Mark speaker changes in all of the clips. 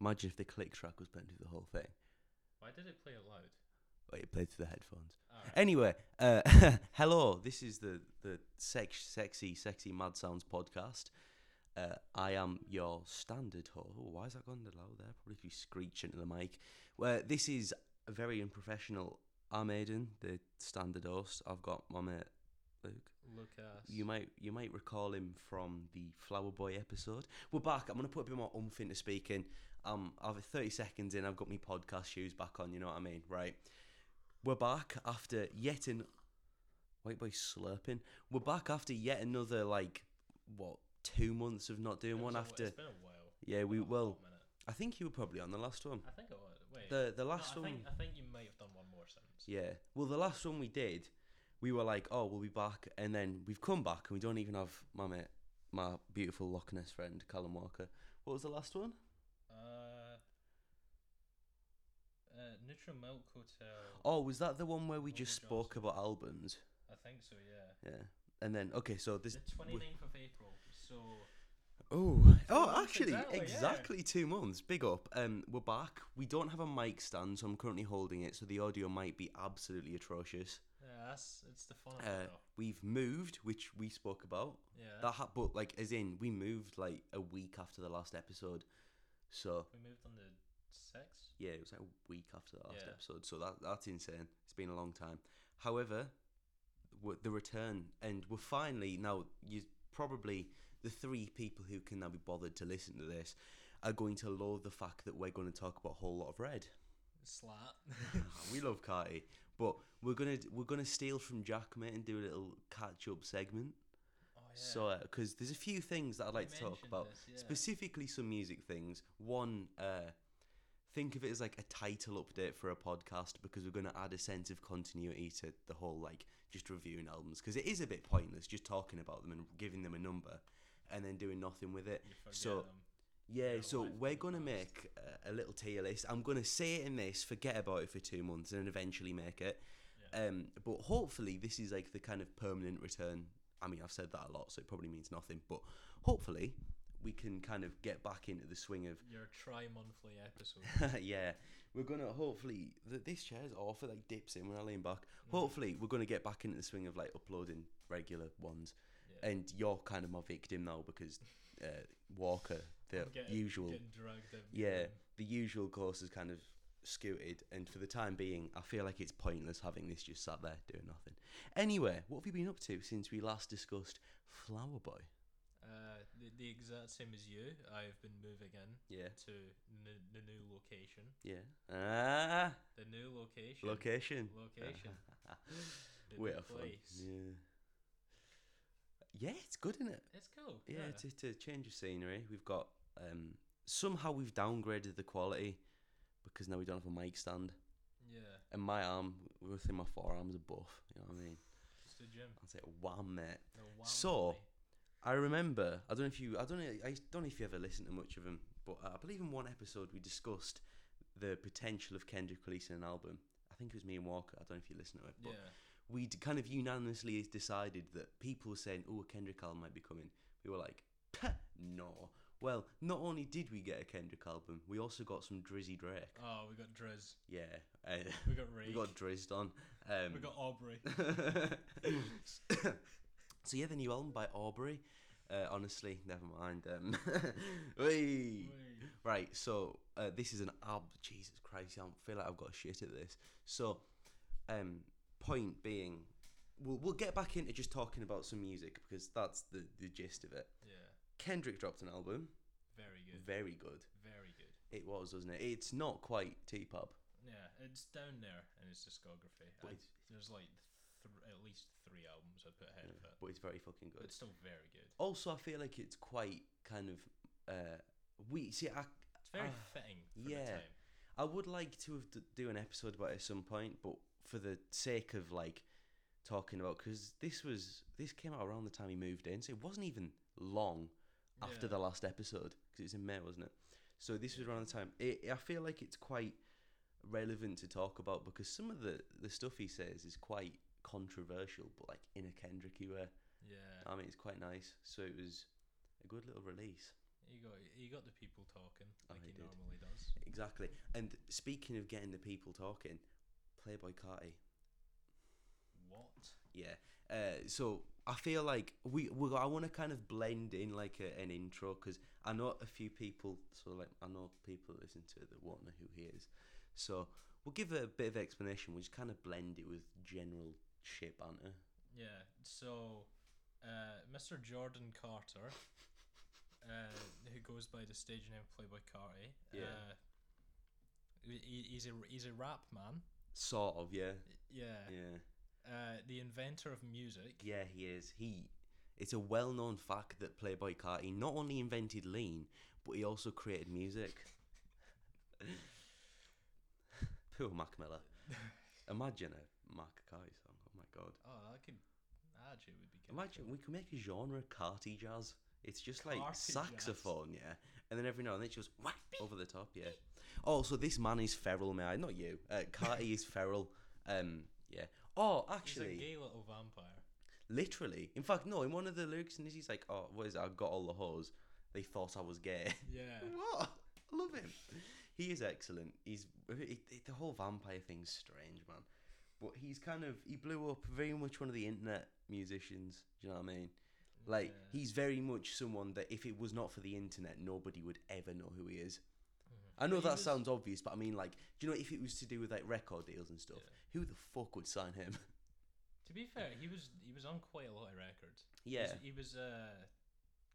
Speaker 1: Imagine if the click track was playing through the whole thing.
Speaker 2: Why did it play it loud?
Speaker 1: Wait, it played through the headphones.
Speaker 2: Alright.
Speaker 1: Anyway, uh, hello. This is the the sex, sexy, sexy Mad Sounds podcast. Uh, I am your standard ho. Oh, why is that going loud there? Probably if you screech into the mic. Well, this is a very unprofessional. I'm Aiden, the standard host. I've got my mate Luke.
Speaker 2: Lucas.
Speaker 1: You might you might recall him from the Flower Boy episode. We're back. I'm gonna put a bit more oomph into speaking. Um, I've 30 seconds in. I've got my podcast shoes back on. You know what I mean, right? We're back after yet an white boy slurping. We're back after yet another like what two months of not
Speaker 2: It
Speaker 1: doing
Speaker 2: was
Speaker 1: one
Speaker 2: a-
Speaker 1: after.
Speaker 2: It's been a while.
Speaker 1: Yeah,
Speaker 2: It's
Speaker 1: we
Speaker 2: been a
Speaker 1: well.
Speaker 2: hot minute.
Speaker 1: I think you were probably on the last one.
Speaker 2: I think it was. Wait.
Speaker 1: The the
Speaker 2: no,
Speaker 1: last
Speaker 2: I
Speaker 1: one.
Speaker 2: think, I think you might have done one more since.
Speaker 1: Yeah. Well, the last one we did, we were like, oh, we'll be back. And then we've come back and we don't even have my mate, my beautiful Loch Ness friend, Callum Walker. What was the last one?
Speaker 2: Uh. Uh, Neutral Milk Hotel.
Speaker 1: Oh, was that the one where we
Speaker 2: Walker
Speaker 1: just spoke
Speaker 2: Johnson.
Speaker 1: about albums?
Speaker 2: I think so. Yeah.
Speaker 1: Yeah. And then, okay, so this.
Speaker 2: The 29th of April. So
Speaker 1: Oh, oh,
Speaker 2: months
Speaker 1: actually,
Speaker 2: exactly,
Speaker 1: exactly,
Speaker 2: yeah.
Speaker 1: two months. Big up. Um, we're back. We don't have a mic stand, so I'm currently holding it, so the audio might be absolutely atrocious.
Speaker 2: yeah, that's it's the fun of
Speaker 1: Uh,
Speaker 2: it. Though.
Speaker 1: we've moved, which we spoke about.
Speaker 2: Yeah.
Speaker 1: That ha- but like as in we moved like a week after the last episode, so
Speaker 2: we moved on the sixth.
Speaker 1: yeah, it was like a week after the last
Speaker 2: Yeah.
Speaker 1: episode. So that that's insane. It's been a long time. However, w- the return, and we're finally now. You probably the three people who can now be bothered to listen to this are going to loathe the fact that we're going to talk about a whole lot of red.
Speaker 2: Slat.
Speaker 1: we love Carti, but we're gonna we're gonna steal from Jack mate and do a little catch up segment.
Speaker 2: oh yeah.
Speaker 1: So, because there's a few things that I'd like to talk
Speaker 2: mentioned
Speaker 1: about,
Speaker 2: this, yeah.
Speaker 1: specifically some music things. One, uh, think of it as like a title update for a podcast because we're going to add a sense of continuity to the whole like just reviewing albums because it is a bit pointless just talking about them and giving them a number and then doing nothing with it.
Speaker 2: You forget
Speaker 1: So,
Speaker 2: them.
Speaker 1: yeah,
Speaker 2: Yeah,
Speaker 1: so
Speaker 2: life
Speaker 1: we're
Speaker 2: goes
Speaker 1: going to
Speaker 2: fast.
Speaker 1: make uh, a little tier list. I'm going to say it in this, forget about it for two months, and then eventually make it.
Speaker 2: Yeah.
Speaker 1: Um, but hopefully, this is like the kind of permanent return. I mean, I've said that a lot, so it probably means nothing, but hopefully, we can kind of get back into the swing of.
Speaker 2: Your tri-monthly episode.
Speaker 1: yeah, we're going to hopefully. Th- this chair's awful, like dips in when I lean back.
Speaker 2: Mm.
Speaker 1: Hopefully, we're going to get back into the swing of like uploading regular ones.
Speaker 2: Yeah.
Speaker 1: And you're kind of my victim now because uh, Walker, the
Speaker 2: Getting-
Speaker 1: usual
Speaker 2: Getting dragged in.
Speaker 1: yeah, the usual course is kind of scooted, and for the time being, I feel like it's pointless having this just sat there doing nothing. Anyway, what have you been up to since we last discussed Flower Boy?
Speaker 2: Uh, the, the exact same as you. I've been moving in
Speaker 1: Yeah,
Speaker 2: to n- the new location.
Speaker 1: yeah. Ah,
Speaker 2: The new location.
Speaker 1: location.
Speaker 2: Location. The new
Speaker 1: Wait a
Speaker 2: place.
Speaker 1: Yeah. Yeah, it's good, isn't it?
Speaker 2: It's cool.
Speaker 1: Yeah, it's it's a change of scenery. We've got um somehow we've downgraded the quality because now we don't have a mic stand,
Speaker 2: yeah.
Speaker 1: and my arm, we're within my forearm's a buff. You know what I mean?
Speaker 2: It's the gym.
Speaker 1: I'll say, wham, mate.
Speaker 2: The one
Speaker 1: So-
Speaker 2: play.
Speaker 1: I remember. I don't know if you. I don't know. I don't know if you ever listened to much of them, but uh, I believe in one episode we discussed the potential of Kendrick releasing an album. I think it was me and Walker. I don't know if you listened to it, but
Speaker 2: yeah.
Speaker 1: we d- kind of unanimously decided that people were saying, "Oh, a Kendrick album might be coming." We were like, "Pah, "No." Well, not only did we get a Kendrick album, we also got some Drizzy Drake.
Speaker 2: Oh, we got Driz.
Speaker 1: Yeah, uh,
Speaker 2: We got Ray.
Speaker 1: we got Drizzed on. Um,
Speaker 2: we got Aubrey.
Speaker 1: so yeah, the new album by Aubrey. Uh, honestly, never mind. Um, wee.
Speaker 2: Wait.
Speaker 1: Right, so uh, this is an ab. Jesus Christ, I feel like I've got a shit at this. So, um, point being, we'll we'll get back into just talking about some music because that's the the gist of it.
Speaker 2: Yeah.
Speaker 1: Kendrick dropped an album,
Speaker 2: Very good.
Speaker 1: very good.
Speaker 2: Very good.
Speaker 1: It was, wasn't it? It's not quite T-pop.
Speaker 2: Yeah, it's down there in his discography.
Speaker 1: But
Speaker 2: I-
Speaker 1: it's-
Speaker 2: there's like th- at least three albums I put ahead of it.
Speaker 1: but it's very fucking good.
Speaker 2: It's still very good.
Speaker 1: Also, I feel like it's quite kind of uh, we see. I
Speaker 2: It's very
Speaker 1: Ah,
Speaker 2: fitting for the
Speaker 1: yeah.
Speaker 2: time.
Speaker 1: I would like to have d- do an episode about it at some point, but for the sake of like talking about because this was this came out around the time he moved in, so it wasn't even long after
Speaker 2: Yeah.
Speaker 1: the last episode because it was in May, wasn't it? So this was around the time. It, I feel like it's quite relevant to talk about because some of the the stuff he says is quite controversial, but like in a Kendricky way.
Speaker 2: Yeah,
Speaker 1: I mean, it's quite nice. So it was a good little release.
Speaker 2: you got you got the people talking like
Speaker 1: I
Speaker 2: he
Speaker 1: Oh, did.
Speaker 2: normally does.
Speaker 1: Exactly. And speaking of getting the people talking, Playboy Carti.
Speaker 2: What?
Speaker 1: Yeah. Uh, so I feel like we, we I want to kind of blend in like a, an intro because I know a few people. So like I know people that listen to it that won't know who he is. So we'll give a bit of explanation. We'll just kind of blend it with general shit banter.
Speaker 2: Yeah. So, uh, Mr. Jordan Carter, uh, who goes by the stage name Playboy Carti.
Speaker 1: Yeah.
Speaker 2: Uh, he, he's a he's a rap man.
Speaker 1: Sort of. Yeah.
Speaker 2: Yeah.
Speaker 1: Yeah.
Speaker 2: Uh, the inventor of music.
Speaker 1: Yeah, he is. He. It's a well-known fact that Playboy Carti not only invented lean, but he also created music. Poor Mac Miller. Imagine a Mac Carti song. Oh my god.
Speaker 2: Oh, that could that actually would be good.
Speaker 1: Imagine we could make a genre Carti jazz. It's just like
Speaker 2: Carti jazz.
Speaker 1: saxophone, yeah. And then every now and then she goes whack over the top, yeah. Oh, so this man is feral, may I? Not you. Uh, Carti is feral. Um, yeah. Oh,
Speaker 2: He's a
Speaker 1: actually,
Speaker 2: gay little vampire.
Speaker 1: Literally. In fact, no, in one of the lyrics in this, he's like, oh, what is it? I got all the hoes. They thought I was gay.
Speaker 2: Yeah.
Speaker 1: what? I love him. He is excellent. He's it, it- the whole vampire thing's strange, man. But he's kind of he blew up very much one of the internet musicians. Do you know what I mean? Like
Speaker 2: Yeah.
Speaker 1: he's very much someone that if it was not for the internet, nobody would ever know who he is. I know
Speaker 2: But he
Speaker 1: that
Speaker 2: was-
Speaker 1: sounds obvious, but I mean, like, do you know if it was to do with like record deals and stuff, who the fuck would sign him?
Speaker 2: To be fair, he was he was on quite a lot of records.
Speaker 1: yeah,
Speaker 2: He was, he was uh,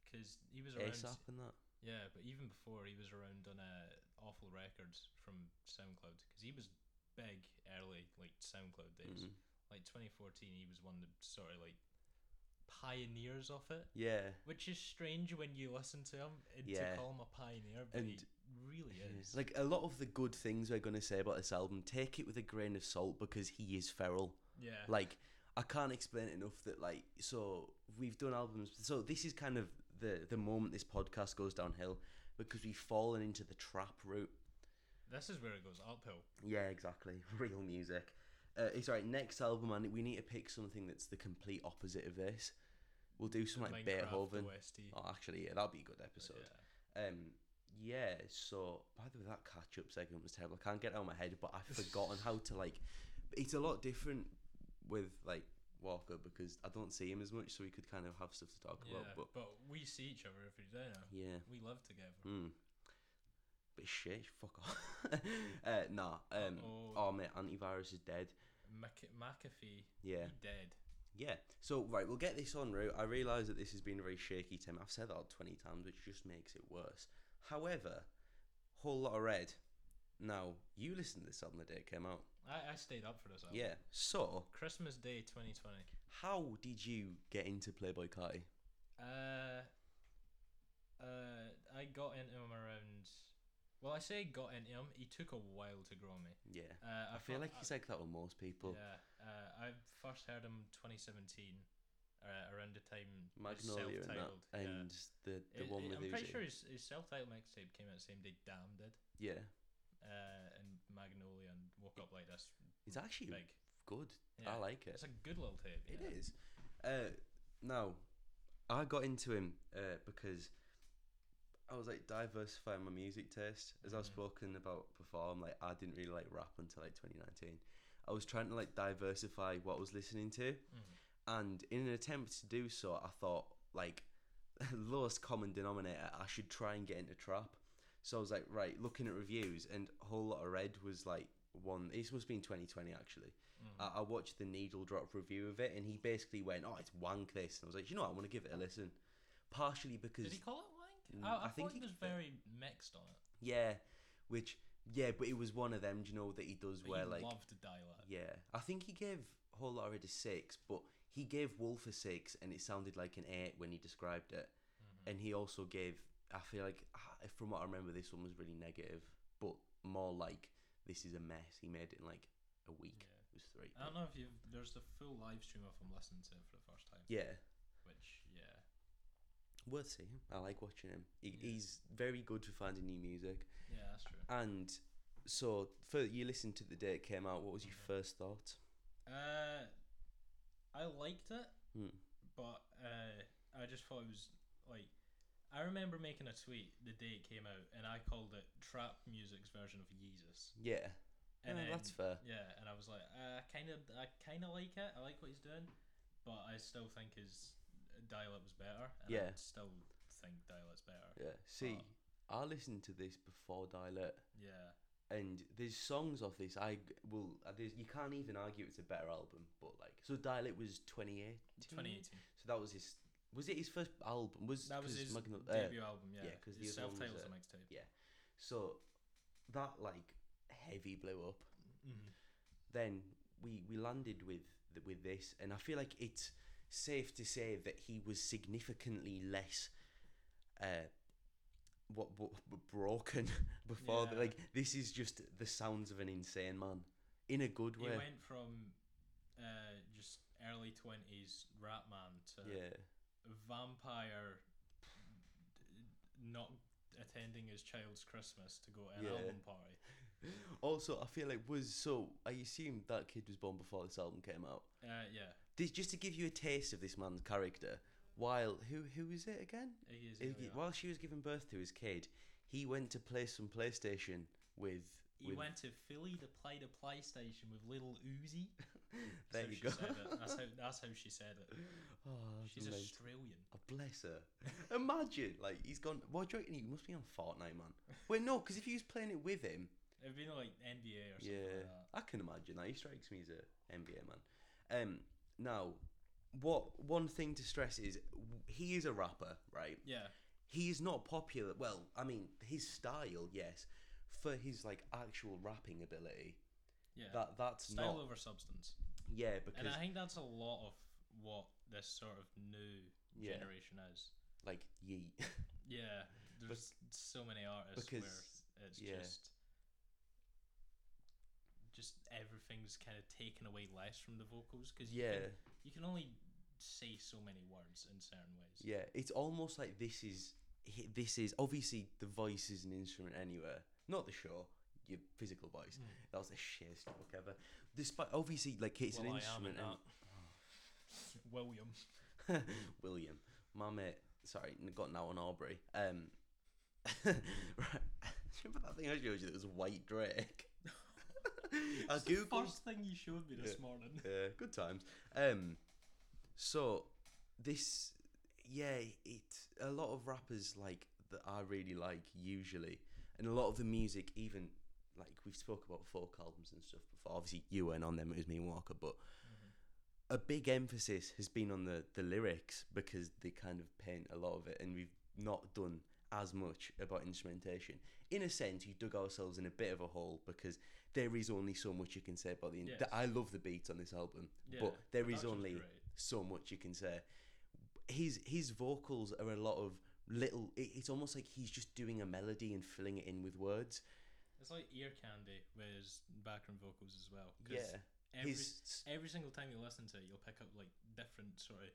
Speaker 2: because he was around.
Speaker 1: ASAP and that.
Speaker 2: Yeah, but even before he was around on uh, awful records from SoundCloud because he was big early, like SoundCloud days,
Speaker 1: Mhm.
Speaker 2: like 2014. He was one of the sort of like pioneers of it,
Speaker 1: Yeah.
Speaker 2: which is strange when you listen to him and
Speaker 1: Yeah.
Speaker 2: to call him a pioneer, but he
Speaker 1: And-
Speaker 2: really is.
Speaker 1: Like a lot of the good things we're going to say about this album, take it with a grain of salt because he is feral.
Speaker 2: yeah,
Speaker 1: Like I can't explain it enough that like so we've done albums so this is kind of the the moment this podcast goes downhill because we've fallen into the trap route.
Speaker 2: this is where it goes uphill.
Speaker 1: Yeah, exactly. Real music. Uh, it's right. Next album, and we need to pick something that's the complete opposite of this. We'll do some like
Speaker 2: Minecraft
Speaker 1: Beethoven.
Speaker 2: OST.
Speaker 1: Oh, actually, yeah, that'll be a good
Speaker 2: but
Speaker 1: episode.
Speaker 2: yeah.
Speaker 1: Um, yeah. So, by the way, that catch-up segment was terrible. I can't get it out of my head, but I've forgotten how to like. It's a lot different with like Walker because I don't see him as much, so we could kind of have stuff to talk about.
Speaker 2: Yeah,
Speaker 1: But
Speaker 2: but we see each other every day now.
Speaker 1: yeah,
Speaker 2: We live together.
Speaker 1: mm. bit shit. Fuck off. uh, nah. Um.
Speaker 2: Uh-oh.
Speaker 1: Oh mate, antivirus is dead.
Speaker 2: Mc- McAfee,
Speaker 1: Yeah.
Speaker 2: he dead.
Speaker 1: Yeah. So right, we'll get this on route. I realise that this has been a very shaky time. I've said that like twenty times, which just makes it worse. However, whole lot of red. Now you listened to this album the day it came out.
Speaker 2: I, I stayed up for this album.
Speaker 1: Yeah. So
Speaker 2: Christmas Day 2020.
Speaker 1: how did you get into Playboy Carti?
Speaker 2: Uh, uh, I got into him around. Well, I say got into him. He took a while to grow me.
Speaker 1: Yeah. I
Speaker 2: Uh,
Speaker 1: feel
Speaker 2: fu-
Speaker 1: like he's like that with most people.
Speaker 2: Yeah. Uh, I first heard him 2017, uh, around the time his
Speaker 1: Magnolia and
Speaker 2: self-titled-
Speaker 1: that, and the the
Speaker 2: It-
Speaker 1: one with
Speaker 2: it- I'm
Speaker 1: Uzi.
Speaker 2: pretty sure his, his self-titled mixtape came out the same day Damn did,
Speaker 1: Yeah.
Speaker 2: uh, and Magnolia and Woke Up Like This.
Speaker 1: It's actually
Speaker 2: Big.
Speaker 1: good.
Speaker 2: Yeah.
Speaker 1: I like it.
Speaker 2: It's a good little tape.
Speaker 1: It
Speaker 2: yeah.
Speaker 1: is. Uh, now, I got into him uh, because I was like diversifying my music taste. As I've
Speaker 2: Mhm.
Speaker 1: spoken about before, I'm like I didn't really like rap until like 2019. I was trying to like diversify what I was listening to,
Speaker 2: Mhm.
Speaker 1: and in an attempt to do so, I thought like lowest common denominator, I should try and get into trap. So I was like, right, looking at reviews, and whole lot of red was like one. This must have been 2020 actually.
Speaker 2: Mhm.
Speaker 1: I, I watched the needle drop review of it, and he basically went, "Oh, it's wank this," and I was like, "You know, what? I want to give it a listen." Partially because
Speaker 2: Did he call it wank?
Speaker 1: Mm,
Speaker 2: I, I,
Speaker 1: I think
Speaker 2: thought
Speaker 1: he
Speaker 2: he was
Speaker 1: did.
Speaker 2: very mixed on it.
Speaker 1: yeah, which yeah, but it was one of them. Do you know that he does
Speaker 2: But
Speaker 1: where
Speaker 2: he
Speaker 1: like
Speaker 2: loved the dialogue.
Speaker 1: yeah, I think he gave Whole Lot of Red a six, but he gave Wolf a six, and it sounded like an eight when he described it.
Speaker 2: Mm-hmm.
Speaker 1: And he also gave, I feel like ah, from what I remember, this one was really negative, but more like this is a mess. He made it in like a week.
Speaker 2: Yeah. Um,
Speaker 1: It was three.
Speaker 2: I don't know if you've there's the full live stream of him listening to it for the first time.
Speaker 1: yeah.
Speaker 2: Which yeah.
Speaker 1: worth seeing. I like watching him. He,
Speaker 2: Yeah.
Speaker 1: He's very good for finding new music.
Speaker 2: Yeah, that's true.
Speaker 1: And so, for you listened to the day it came out. What was your first thought?
Speaker 2: Uh I liked it
Speaker 1: Hmm.
Speaker 2: but uh I just thought it was like I remember making a tweet the day it came out, and I called it trap music's version of Yeezus.
Speaker 1: Yeah.
Speaker 2: And
Speaker 1: No,
Speaker 2: then-
Speaker 1: that's fair.
Speaker 2: Yeah, and I was like, uh, I kind of, I kind of like it. I like what he's doing, but I still think his dial up was better. And
Speaker 1: Yeah.
Speaker 2: I still think dial up's better.
Speaker 1: Yeah. See,
Speaker 2: Oh.
Speaker 1: I listened to this before Dial It,
Speaker 2: Yeah.
Speaker 1: and there's songs of this. I g- will. uh, There's, you can't even argue it's a better album, but like, so Dial It was 28.
Speaker 2: 2018.
Speaker 1: So that was his. Was it his first album? Was
Speaker 2: That was
Speaker 1: 'cause
Speaker 2: his
Speaker 1: Magno- uh,
Speaker 2: debut album. Yeah.
Speaker 1: yeah, 'cause the
Speaker 2: his
Speaker 1: other one was,
Speaker 2: self-titled
Speaker 1: uh,
Speaker 2: mixtape.
Speaker 1: So that like heavy blew up.
Speaker 2: Mm-hmm.
Speaker 1: Then we we landed with th- with this, and I feel like it's safe to say that he was significantly less. Uh, what, what, what broken before that
Speaker 2: Yeah.
Speaker 1: like this is just the sounds of an insane man in a good
Speaker 2: He
Speaker 1: way
Speaker 2: went from uh, just early twenties rap man to
Speaker 1: yeah
Speaker 2: vampire d- not attending his child's Christmas to go to an
Speaker 1: Yeah.
Speaker 2: album party.
Speaker 1: also i feel like was so i assume that kid was born before this album came out
Speaker 2: Uh, yeah,
Speaker 1: this, just to give you a taste of this man's character while who who is it again
Speaker 2: Iggy is
Speaker 1: Iggy, while she was giving birth to his kid, he went to play some PlayStation with.
Speaker 2: He
Speaker 1: with
Speaker 2: went to Philly to play the PlayStation with little Uzi.
Speaker 1: there
Speaker 2: so
Speaker 1: you
Speaker 2: she
Speaker 1: go.
Speaker 2: Said it. That's how that's how she said it.
Speaker 1: oh, that's
Speaker 2: She's
Speaker 1: amazing.
Speaker 2: Australian.
Speaker 1: Oh, bless her. Imagine, like he's gone. What do you reckon? He must be on Fortnite, man. Wait, no, because if he was playing it with him,
Speaker 2: It'd been like NBA or something
Speaker 1: yeah,
Speaker 2: like that.
Speaker 1: I can imagine that. He strikes me as a NBA man. Um, now, what one thing to stress is w- he is a rapper, right?
Speaker 2: Yeah,
Speaker 1: he is not popular. Well, I mean, his style, yes, for his like actual rapping ability,
Speaker 2: yeah.
Speaker 1: that that's
Speaker 2: Style
Speaker 1: not.
Speaker 2: over substance,
Speaker 1: yeah,
Speaker 2: and
Speaker 1: because
Speaker 2: I think that's a lot of what this sort of new
Speaker 1: Yeah.
Speaker 2: generation is.
Speaker 1: like yeet.
Speaker 2: Yeah, there's so many artists
Speaker 1: because-
Speaker 2: where it's
Speaker 1: yeah.
Speaker 2: just just everything's kind of taken away less from the vocals because you,
Speaker 1: yeah,
Speaker 2: can, you can only say so many words in certain ways.
Speaker 1: yeah. It's almost like this is hi- this is obviously the voice is an instrument anywhere, not the show. Your physical voice.
Speaker 2: Mm.
Speaker 1: That was the shittest joke ever. Despite obviously, like it's
Speaker 2: Well,
Speaker 1: an
Speaker 2: I am
Speaker 1: instrument.
Speaker 2: in
Speaker 1: and-
Speaker 2: William.
Speaker 1: William, my mate, sorry, n- got now on Aubrey. Um, right, remember that thing I showed you that was White Drake? I
Speaker 2: It's the
Speaker 1: googled.
Speaker 2: first thing you showed me this morning.
Speaker 1: Yeah, good times. Um, so this, yeah, it a lot of rappers like that I really like usually, and a lot of the music even like we've spoke about folk albums and stuff before. Obviously, you weren't on them; it was me and Walker, but
Speaker 2: Mm-hmm.
Speaker 1: a big emphasis has been on the, the lyrics because they kind of paint a lot of it, and we've not done as much about instrumentation. In a sense, you dug ourselves in a bit of a hole because there is only so much you can say about the. In-
Speaker 2: Yes.
Speaker 1: I love the beats on this album,
Speaker 2: Yeah,
Speaker 1: but there is
Speaker 2: production's
Speaker 1: only
Speaker 2: great.
Speaker 1: so much you can say. His his vocals are a lot of little. It, it's almost like he's just doing a melody and filling it in with words.
Speaker 2: It's like ear candy with his background vocals as well. 'cause
Speaker 1: Yeah,
Speaker 2: every
Speaker 1: his
Speaker 2: every single time you listen to it, you'll pick up like different sort of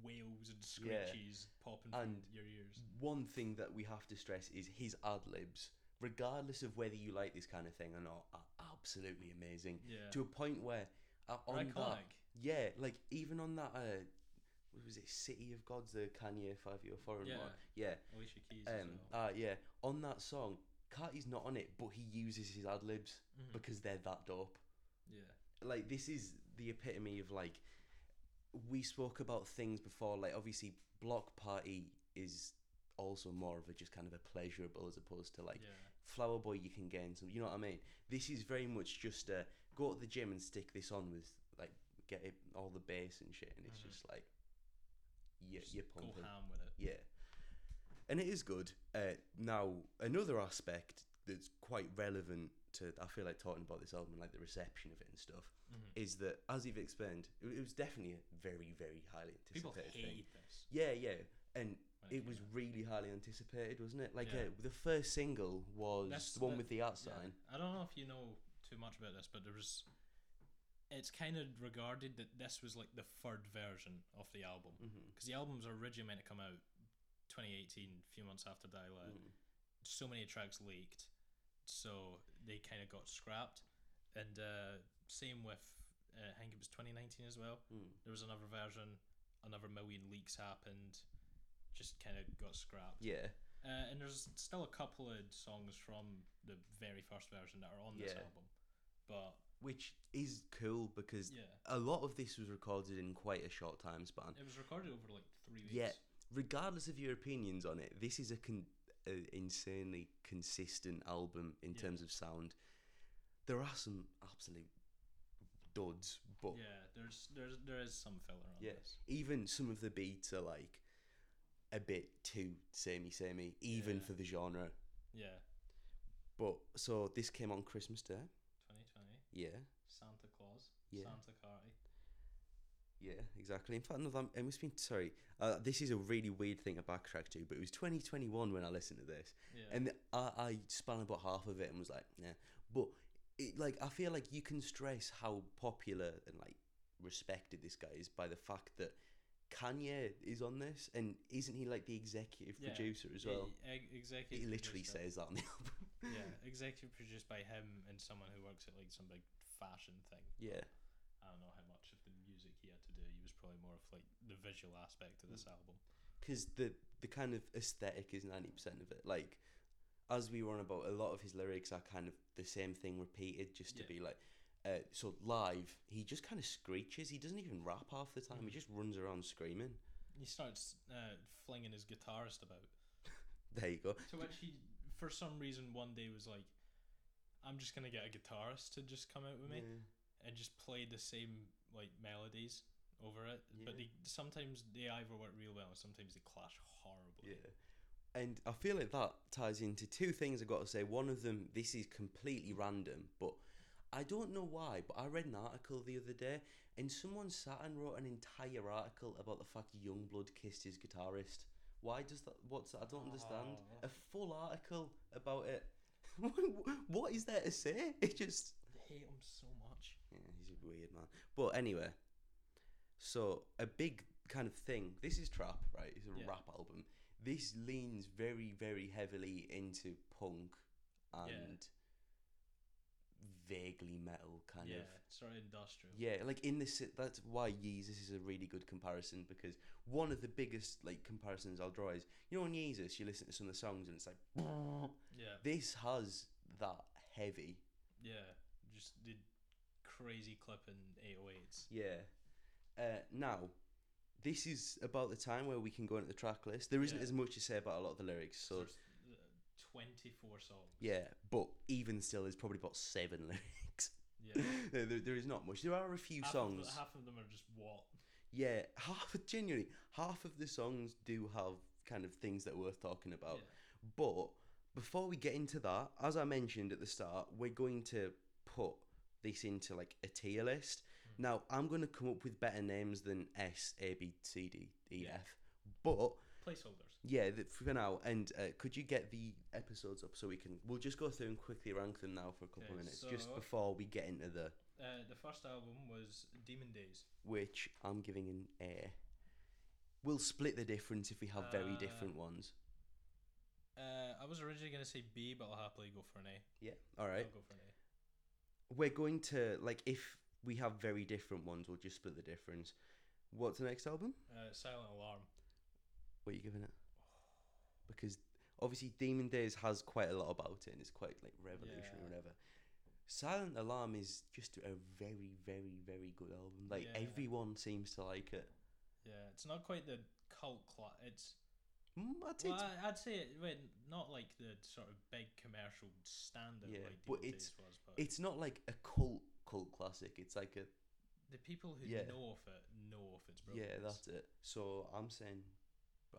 Speaker 2: wails and
Speaker 1: Yeah.
Speaker 2: screeches popping
Speaker 1: And-
Speaker 2: from your ears.
Speaker 1: one thing that we have to stress is his ad libs, regardless of whether you like this kind of thing or not, are absolutely amazing.
Speaker 2: Yeah,
Speaker 1: To a point where uh,
Speaker 2: They're
Speaker 1: on that,
Speaker 2: iconic.
Speaker 1: yeah, like even on that, uh, what was it, City of Gods, the Kanye five year foreign
Speaker 2: Yeah.
Speaker 1: one, yeah,
Speaker 2: Alicia Keys as
Speaker 1: um,
Speaker 2: well.
Speaker 1: ah, yeah, on that song, Carti's not on it, but he uses his ad libs
Speaker 2: Mhm.
Speaker 1: because they're that dope
Speaker 2: Yeah,
Speaker 1: like this is the epitome of like we spoke about things before like obviously block party is also more of a just kind of a pleasurable as opposed to like
Speaker 2: yeah,
Speaker 1: flower boy you can gain some you know what i mean this is very much just uh go to the gym and stick this on with like get it all the bass and shit and it's
Speaker 2: Mhm.
Speaker 1: just like yeah
Speaker 2: Just
Speaker 1: you're
Speaker 2: go
Speaker 1: pumping
Speaker 2: ham with it.
Speaker 1: yeah. And it is good. Uh, now, another aspect that's quite relevant to, I feel like, talking about this album and like the reception of it and stuff,
Speaker 2: Mhm.
Speaker 1: is that, as you've explained, it, it was definitely a very, very highly
Speaker 2: People
Speaker 1: anticipated thing.
Speaker 2: hated this.
Speaker 1: Yeah, yeah. And
Speaker 2: when
Speaker 1: it
Speaker 2: came
Speaker 1: was
Speaker 2: out.
Speaker 1: really highly anticipated, wasn't it? Like,
Speaker 2: Yeah.
Speaker 1: uh, the first single was
Speaker 2: That's
Speaker 1: the one
Speaker 2: the-
Speaker 1: with the art
Speaker 2: Yeah.
Speaker 1: sign.
Speaker 2: I don't know if you know too much about this, but there was. It's kind of regarded that this was like the third version of the album
Speaker 1: Mm-hmm.
Speaker 2: because the album was originally meant to come out 2018, a few months after Dial
Speaker 1: Mm.
Speaker 2: Out.
Speaker 1: Mm-hmm.
Speaker 2: so many tracks leaked, so they kind of got scrapped. And uh, same with, uh, I think it was 2019 as well.
Speaker 1: Mm.
Speaker 2: There was another version, another million leaks happened, just kind of got scrapped.
Speaker 1: Yeah.
Speaker 2: Uh, and there's still a couple of songs from the very first version that are on this
Speaker 1: Yeah.
Speaker 2: album, but
Speaker 1: Which is cool because
Speaker 2: yeah,
Speaker 1: a lot of this was recorded in quite a short time span.
Speaker 2: it was recorded over like three weeks.
Speaker 1: Yeah. Regardless of your opinions on it, this is a con- a insanely consistent album in
Speaker 2: Yeah.
Speaker 1: terms of sound. There are some absolute duds, but
Speaker 2: Yeah, there's there's there is some filler on
Speaker 1: Yeah.
Speaker 2: this.
Speaker 1: even some of the beats are like a bit too samey samey, even
Speaker 2: Yeah.
Speaker 1: for the genre.
Speaker 2: Yeah,
Speaker 1: But so this came on Christmas Day.
Speaker 2: 2020
Speaker 1: Yeah,
Speaker 2: Santa Claus,
Speaker 1: Yeah.
Speaker 2: Santa Carti.
Speaker 1: yeah, exactly. In fact, no, that, it must be sorry. Uh, this is a really weird thing to backtrack to, but it was 2021 when I listened to this,
Speaker 2: Yeah,
Speaker 1: and I, I span about half of it and was like, yeah. But it, like, I feel like you can stress how popular and like respected this guy is by the fact that Kanye is on this, and isn't he like the executive
Speaker 2: Yeah,
Speaker 1: producer as
Speaker 2: Yeah,
Speaker 1: well?
Speaker 2: e- executive.
Speaker 1: He literally
Speaker 2: produced it.
Speaker 1: says that on the album.
Speaker 2: Yeah, executive produced by him and someone who works at like some big fashion thing.
Speaker 1: Yeah.
Speaker 2: I don't know how much of the music he had to do. He was probably more of like the visual aspect of
Speaker 1: Hmm.
Speaker 2: this album.
Speaker 1: because the the kind of aesthetic is ninety percent of it. Like as we were on about, a lot of his lyrics are kind of the same thing repeated, just to
Speaker 2: Yeah.
Speaker 1: be like. Uh, so live, he just kind of screeches. He doesn't even rap half the time. He just runs around screaming.
Speaker 2: He starts uh, flinging his guitarist about.
Speaker 1: There you go.
Speaker 2: To which he, for some reason, one day was like, "I'm just gonna get a guitarist to just come out with me." and just played the same like melodies over it. But
Speaker 1: Yeah.
Speaker 2: they sometimes they either work real well, or sometimes they clash horribly.
Speaker 1: Yeah. And I feel like that ties into two things I've got to say. One of them, this is completely random, but I don't know why, but I read an article the other day and someone sat and wrote an entire article about the fact Youngblood kissed his guitarist. Why does that? What's that? I don't understand.
Speaker 2: Oh.
Speaker 1: A full article about it. What- what is there to say? It just.
Speaker 2: They hate him so much.
Speaker 1: Yeah, he's a weird man. But anyway, so a big kind of thing. This is trap, right? It's a
Speaker 2: Yeah.
Speaker 1: rap album. This leans very, very heavily into punk and vaguely metal kind
Speaker 2: yeah,
Speaker 1: of.
Speaker 2: sort of industrial.
Speaker 1: Yeah, like in this, that's why Yeezus is a really good comparison because one of the biggest like comparisons I'll draw is you know on Yeezus you listen to some of the songs and it's like
Speaker 2: yeah,
Speaker 1: this has that heavy
Speaker 2: yeah. Just the crazy clipping 808s.
Speaker 1: Yeah. Uh, now, this is about the time where we can go into the track list. There isn't
Speaker 2: Yeah.
Speaker 1: as much to say about a lot of the lyrics, so
Speaker 2: There's, uh, 24 songs.
Speaker 1: yeah. But even still, there's probably about seven lyrics.
Speaker 2: Yeah.
Speaker 1: There- there- there is not much. There are a few
Speaker 2: half
Speaker 1: songs.
Speaker 2: Of the, half of them are just what?
Speaker 1: yeah, half genuinely half of the songs do have kind of things that are worth talking about.
Speaker 2: Yeah.
Speaker 1: But before we get into that, as I mentioned at the start, we're going to put this into like a tier list.
Speaker 2: Hmm.
Speaker 1: Now, I'm going to come up with better names than S, A, B, C, D, E,
Speaker 2: Yeah.
Speaker 1: F. But
Speaker 2: Placeholders.
Speaker 1: yeah, th- for now, and uh, could you get the episodes up so we can? We'll just go through and quickly rank them now for a couple
Speaker 2: Okay,
Speaker 1: of minutes, just
Speaker 2: so-
Speaker 1: before we get into the
Speaker 2: Uh, the first album was Demon Days.
Speaker 1: which I'm giving an A. We'll split the difference if we have very
Speaker 2: Uh,
Speaker 1: different ones.
Speaker 2: Uh, I was originally going to say B, but I'll happily go for an A.
Speaker 1: Yeah. All right.
Speaker 2: I'll go for an A.
Speaker 1: we're going to like if we have very different ones, we'll just split the difference. What's the next album?
Speaker 2: Uh, Silent Alarm.
Speaker 1: What are you giving it? Because obviously, Demon Days has quite a lot about it, and it's quite like revolutionary,
Speaker 2: Yeah.
Speaker 1: or whatever. Silent Alarm is just a very, very, very good album. Like
Speaker 2: Yeah.
Speaker 1: everyone seems to like it.
Speaker 2: Yeah, it's not quite the cult cla It's
Speaker 1: Mm, I'd say
Speaker 2: well,
Speaker 1: it's-
Speaker 2: I- I'd say it went not like the sort of big commercial standard
Speaker 1: Yeah,
Speaker 2: like
Speaker 1: but
Speaker 2: Demon
Speaker 1: it's-
Speaker 2: Days was, but
Speaker 1: it's not like a cult cult classic. It's like a
Speaker 2: the people who
Speaker 1: yeah.
Speaker 2: know of it know of its
Speaker 1: yeah,
Speaker 2: brilliance.
Speaker 1: that's it. So I'm saying,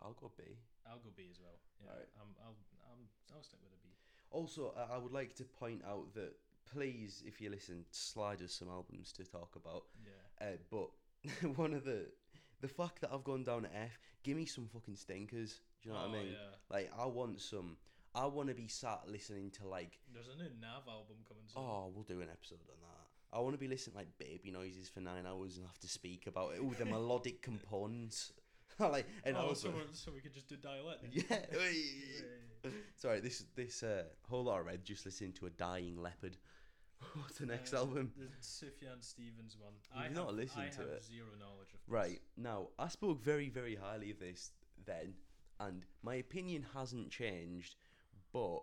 Speaker 1: I'll go B.
Speaker 2: I'll go B as well. Yeah,
Speaker 1: Alright.
Speaker 2: I'm, I'll I'm, I'll stick with a B.
Speaker 1: Also, I- I would like to point out that please, if you listen, slide us some albums to talk about.
Speaker 2: Yeah,
Speaker 1: Uh, but one of the the fact that I've gone down to F, give me some fucking stinkers. Do you know what
Speaker 2: Oh,
Speaker 1: I mean?
Speaker 2: Yeah,
Speaker 1: Like, I want some. I want to be sat listening to like,
Speaker 2: there's a new Nav album coming soon.
Speaker 1: oh, we'll do an episode on that. I want to be listening to, like baby noises for nine hours and have to speak about it. All the melodic components, like, and
Speaker 2: Oh,
Speaker 1: also,
Speaker 2: so, we're- so we could just do dialect. then.
Speaker 1: yeah.
Speaker 2: Yeah.
Speaker 1: Sorry, this this uh, whole lot of red just listening to a dying leopard. What's the next
Speaker 2: Uh,
Speaker 1: album?
Speaker 2: The Sufjan Stevens one. I
Speaker 1: You've not
Speaker 2: have,
Speaker 1: listened
Speaker 2: I
Speaker 1: to
Speaker 2: have
Speaker 1: it.
Speaker 2: zero knowledge of. this.
Speaker 1: Right now, I spoke very very highly of this then, and my opinion hasn't changed, but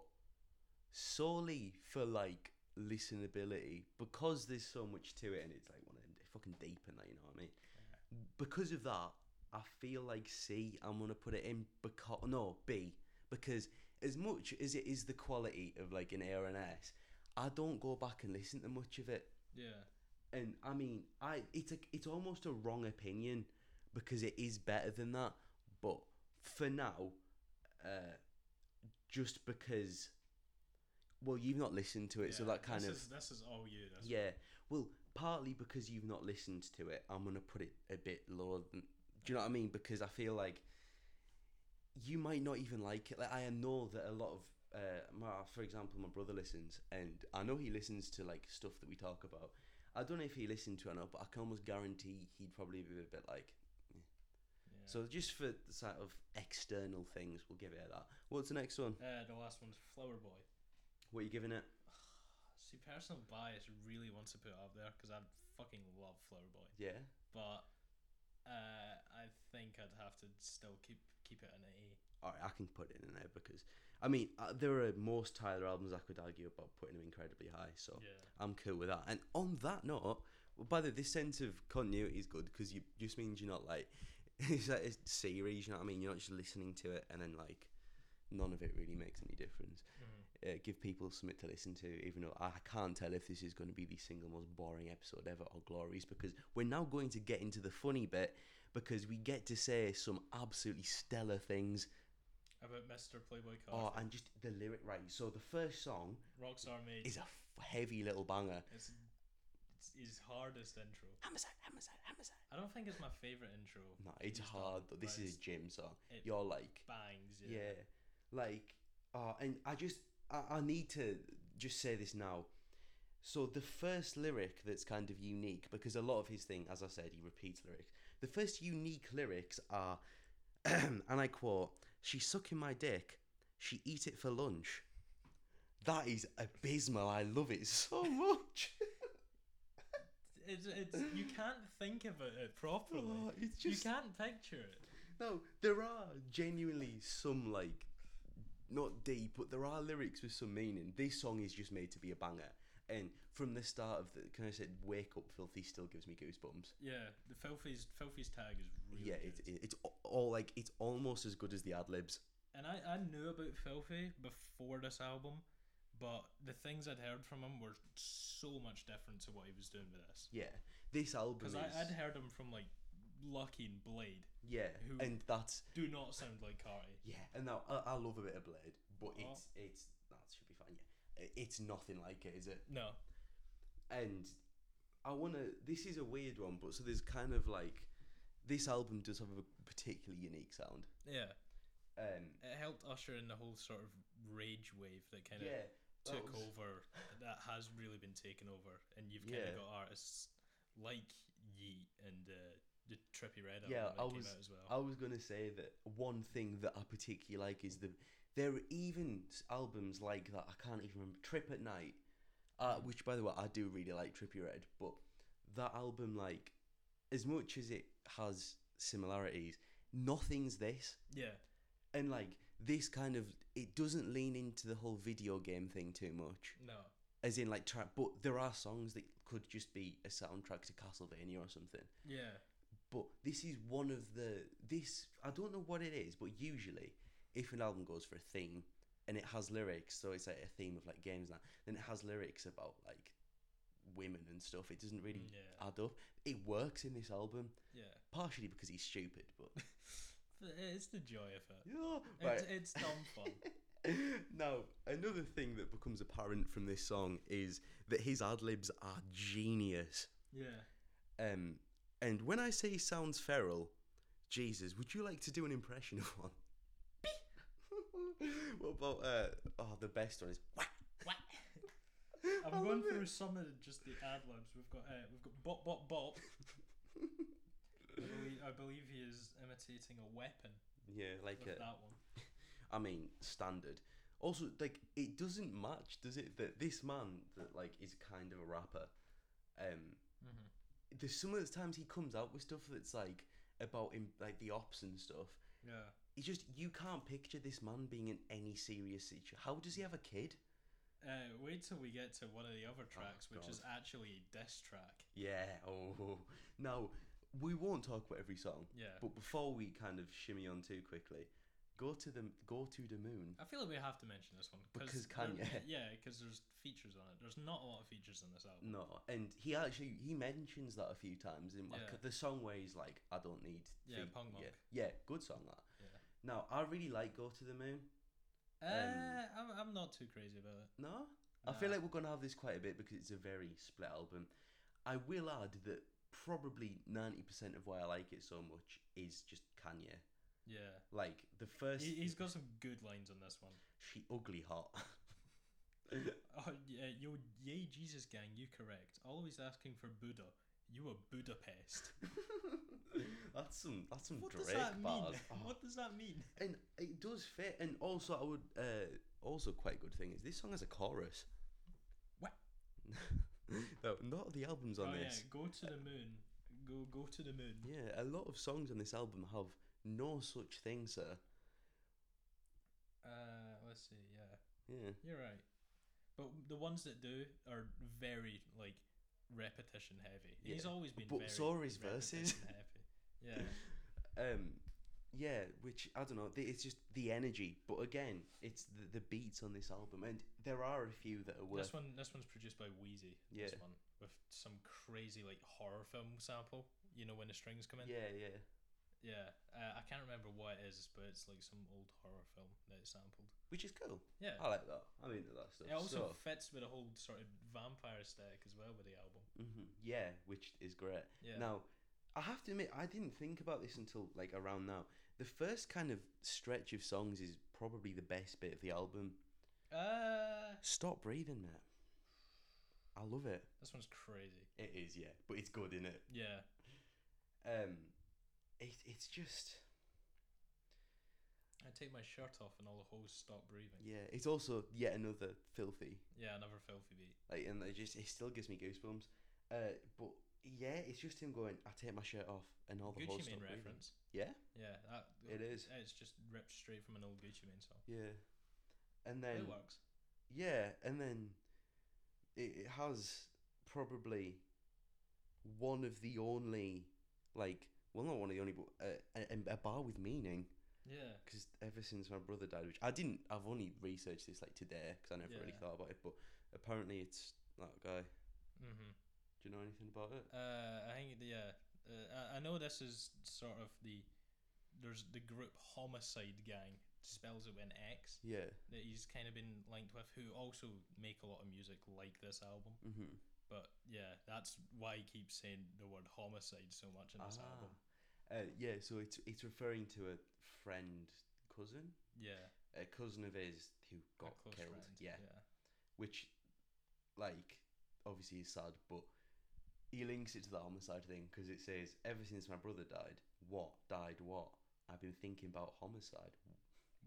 Speaker 1: solely for like listenability, because there's so much to it, and it's like one of them fucking deep and that, you know what I mean? Because of that, I feel like C. I'm gonna put it in because no B because as much as it is the quality of like an A or an S, I don't go back and listen to much of it
Speaker 2: Yeah.
Speaker 1: and I mean, I it's a, it's almost a wrong opinion because it is better than that. But for now, uh, just because, well, you've not listened to it, so
Speaker 2: Yeah,
Speaker 1: that kind
Speaker 2: this
Speaker 1: of
Speaker 2: Is, this is all you. That's
Speaker 1: yeah. Well, partly because you've not listened to it, I'm gonna put it a bit lower. Than, do you know what I mean? Because I feel like you might not even like it. Like I know that a lot of, uh, my, for example, my brother listens, and I know he listens to like stuff that we talk about. I don't know if he listened to it or not, but I can almost guarantee he'd probably be a bit like.
Speaker 2: yeah.
Speaker 1: So just for the sort of external things, we'll give it that. What's the next one?
Speaker 2: Uh, the last one's Flower Boy.
Speaker 1: What are you giving it?
Speaker 2: See, personal bias really wants to put it up there because I fucking love Flower Boy,
Speaker 1: Yeah.
Speaker 2: but uh, I think I'd have to still keep keep it an A.
Speaker 1: all right, I can put it in there because I mean uh, there are most Tyler albums I could argue about putting them incredibly high, so
Speaker 2: Yeah.
Speaker 1: I'm cool with that. And on that note, well, by the way, this sense of continuity is good because you just means you're not like it's like a series, you know what I mean? You're not just listening to it and then like none of it really makes any difference. Uh, give people something to listen to, even though I can't tell if this is going to be the single most boring episode ever or glories because we're now going to get into the funny bit because we get to say some absolutely stellar things
Speaker 2: About Mr. Playboy
Speaker 1: Oh,
Speaker 2: Carter.
Speaker 1: and just the lyric right. So the first song
Speaker 2: Rocks Are Made.
Speaker 1: is a f- heavy little banger.
Speaker 2: It's, it's his hardest intro.
Speaker 1: Hammerside, Hammerside, Hammerside.
Speaker 2: I don't think it's my favourite intro.
Speaker 1: No, it's
Speaker 2: It's not,
Speaker 1: hard though. This
Speaker 2: but
Speaker 1: is a gym song.
Speaker 2: it-
Speaker 1: You're like,
Speaker 2: Bangs,
Speaker 1: yeah,
Speaker 2: yeah.
Speaker 1: like, oh, and I just, I, I need to just say this now. So the first lyric that's kind of unique because a lot of his thing, as I said, he repeats lyrics. The first unique lyrics are, and I quote: "She's sucking my dick. She eat it for lunch." That is abysmal. I love it so much.
Speaker 2: It's, it's, you can't think about it uh, properly.
Speaker 1: Oh, it's just-
Speaker 2: You can't picture it.
Speaker 1: No, there are genuinely some like not deep, but there are lyrics with some meaning. This song is just made to be a banger. And from the start of the can I say wake up filthy still gives me goosebumps.
Speaker 2: Yeah, the Filthy's, Filthy's tag is really
Speaker 1: yeah,
Speaker 2: good.
Speaker 1: it's it's a- all like it's almost as good as the ad libs.
Speaker 2: and I, I knew about Filthy before this album, but the things I'd heard from him were so much different to what he was doing with this.
Speaker 1: Yeah, this album
Speaker 2: Because
Speaker 1: is
Speaker 2: I'd heard him from like Lucky and Blade,
Speaker 1: yeah,
Speaker 2: who-
Speaker 1: and that's
Speaker 2: do not sound like Carty.
Speaker 1: yeah, and now I, I love a bit of Blade, but
Speaker 2: Oh.
Speaker 1: it's it's that should be fine. Yeah, I- it's nothing like it, is it?
Speaker 2: No,
Speaker 1: and I want to. This is a weird one, but so there's kind of like this album does have a particularly unique sound.
Speaker 2: yeah,
Speaker 1: Um,
Speaker 2: it helped usher in the whole sort of rage wave that kind of
Speaker 1: yeah, that
Speaker 2: took
Speaker 1: was-
Speaker 2: over. That has really been taken over, and you've kind
Speaker 1: Yeah.
Speaker 2: of got artists like Yeet and uh, the Trippy Red album
Speaker 1: Yeah,
Speaker 2: that
Speaker 1: I
Speaker 2: came
Speaker 1: was-
Speaker 2: out as well.
Speaker 1: I was gonna say that one thing that I particularly like is the there are even s- albums like that. I can't even remember Trip at Night, uh, which by the way I do really like Trippy Red, but that album like as much as it has similarities, nothing's this.
Speaker 2: yeah,
Speaker 1: and like this kind of it doesn't lean into the whole video game thing too much
Speaker 2: no,
Speaker 1: as in like track but there are songs that could just be a soundtrack to castlevania or something
Speaker 2: yeah.
Speaker 1: but this is one of the this i don't know what it is but usually if an album goes for a theme and it has lyrics so it's like a theme of like games and that then it has lyrics about like women and stuff it doesn't really
Speaker 2: Mm, Yeah.
Speaker 1: add up it works in this album
Speaker 2: Yeah,
Speaker 1: partially because he's stupid but
Speaker 2: But it's the joy of it.
Speaker 1: yeah
Speaker 2: It's, it's dumb fun.
Speaker 1: now, another thing that becomes apparent from this song is that his ad libs are genius.
Speaker 2: yeah.
Speaker 1: Um, and when I say he sounds feral, Jesus, would you like to do an impression of one? what about uh, oh, the best one is whack.
Speaker 2: What?
Speaker 1: I
Speaker 2: I'm going
Speaker 1: love it.
Speaker 2: through some of the, just the ad libs. We've got uh, we've got bop bop bop. I believe, I believe he is imitating a weapon
Speaker 1: Yeah, like
Speaker 2: with
Speaker 1: uh,
Speaker 2: that one.
Speaker 1: I mean, standard. Also, like it doesn't match, does it? That this man that like is kind of a rapper, um,
Speaker 2: Mm-hmm.
Speaker 1: there's some of the times he comes out with stuff that's like about him, like the ops and stuff,
Speaker 2: Yeah,
Speaker 1: He just you can't picture this man being in any serious situation. How does he have a kid?
Speaker 2: Uh, wait till we get to one of the other tracks, which is
Speaker 1: Oh God.
Speaker 2: actually diss track.
Speaker 1: Yeah. Oh no, we won't talk about every song.
Speaker 2: Yeah.
Speaker 1: But before we kind of shimmy on too quickly, go to the go to the moon.
Speaker 2: I feel like we have to mention this one
Speaker 1: Because
Speaker 2: there-
Speaker 1: Kanye.
Speaker 2: Yeah, because there's features on it. There's not a lot of features on this album.
Speaker 1: No, and he actually he mentions that a few times in like
Speaker 2: Yeah.
Speaker 1: the song where he's like, "I don't need."
Speaker 2: Yeah,
Speaker 1: feet."
Speaker 2: Pong Monk.
Speaker 1: Yeah, yeah, good song that.
Speaker 2: Yeah.
Speaker 1: Now I really like "Go to the Moon." Um,
Speaker 2: Uh, I'm, I'm not too crazy about it.
Speaker 1: No, I feel like
Speaker 2: Nah.
Speaker 1: we're gonna have this quite a bit because it's a very split album. I will add that probably ninety percent of why I like it so much is just Kanye.
Speaker 2: Yeah.
Speaker 1: Like the first,
Speaker 2: He, he's got some good lines on this one.
Speaker 1: she ugly hot.
Speaker 2: Oh, yeah, yo, yay, Jesus gang, you correct. Always asking for Buddha. You a Budapest.
Speaker 1: that's some that's some
Speaker 2: What
Speaker 1: Drake
Speaker 2: does that mean?
Speaker 1: bars. Oh,
Speaker 2: What does that mean?
Speaker 1: and it does fit. And also, I would uh, also quite a good thing is this song has a chorus.
Speaker 2: What?
Speaker 1: no, not the albums on
Speaker 2: oh
Speaker 1: this.
Speaker 2: yeah, go to the moon. Go go to the moon.
Speaker 1: yeah, a lot of songs on this album have no such thing, sir.
Speaker 2: Uh, let's see. Yeah,
Speaker 1: Yeah.
Speaker 2: you're right. But the ones that do are very like repetition heavy. He's
Speaker 1: Yeah,
Speaker 2: always been.
Speaker 1: but
Speaker 2: very
Speaker 1: so are his verses.
Speaker 2: repetition Heavy. Yeah,
Speaker 1: Um, yeah, which I don't know. th- It's just the energy, but again, it's the, the beats on this album, and there are a few that are worth.
Speaker 2: this one. This one's produced by Wheezy. This
Speaker 1: Yeah.
Speaker 2: one with some crazy like horror film sample. You know when the strings come in.
Speaker 1: Yeah, yeah.
Speaker 2: Yeah, uh, I can't remember what it is, but it's like some old horror film that it sampled.
Speaker 1: Which is cool.
Speaker 2: Yeah.
Speaker 1: I like that. I'm into that stuff.
Speaker 2: It also
Speaker 1: so,
Speaker 2: fits with a whole sort of vampire aesthetic as well with the album.
Speaker 1: mhm, yeah, which is great.
Speaker 2: Yeah.
Speaker 1: Now, I have to admit, I didn't think about this until like around now. The first kind of stretch of songs is probably the best bit of the album.
Speaker 2: Uh,
Speaker 1: Stop breathing, Matt. I love it.
Speaker 2: this one's crazy.
Speaker 1: It is, yeah, but it's good, isn't it?
Speaker 2: Yeah.
Speaker 1: Um, it it's just
Speaker 2: I take my shirt off and all the hoes stop breathing.
Speaker 1: yeah. It's also yet another filthy
Speaker 2: Yeah, another filthy beat.
Speaker 1: like, and it just it still gives me goosebumps. Uh, but yeah, it's just him going. I take my shirt off, and all the whole
Speaker 2: Gucci
Speaker 1: stuff.
Speaker 2: Mane reference.
Speaker 1: Yeah,
Speaker 2: Yeah, that
Speaker 1: It is.
Speaker 2: It's just ripped straight from an old Gucci Mane song.
Speaker 1: yeah, and then
Speaker 2: It works.
Speaker 1: yeah, and then it, it has probably one of the only like well not one of the only but uh, a, a bar with meaning
Speaker 2: Yeah.
Speaker 1: because ever since my brother died, which I didn't, I've only researched this like today because I never really
Speaker 2: Yeah.
Speaker 1: thought about it. But apparently, it's that guy.
Speaker 2: Mm-hmm.
Speaker 1: Do you know anything about it?
Speaker 2: Uh, I think the, yeah. Uh, I, I know this is sort of the there's the group Homicide Gang spells it with an X
Speaker 1: Yeah.
Speaker 2: that he's kind of been linked with, who also make a lot of music like this album.
Speaker 1: Mm-hmm.
Speaker 2: But yeah, that's why he keeps saying the word homicide so much in this album.
Speaker 1: Ah. Uh, yeah. So it's it's referring to a friend, cousin,
Speaker 2: Yeah,
Speaker 1: a cousin of his who
Speaker 2: a
Speaker 1: got
Speaker 2: close
Speaker 1: killed.
Speaker 2: friend,
Speaker 1: Yeah. Which, like, obviously is sad, but he links it to the homicide thing because it says, "Ever since my brother died, what died what." I've been thinking about homicide.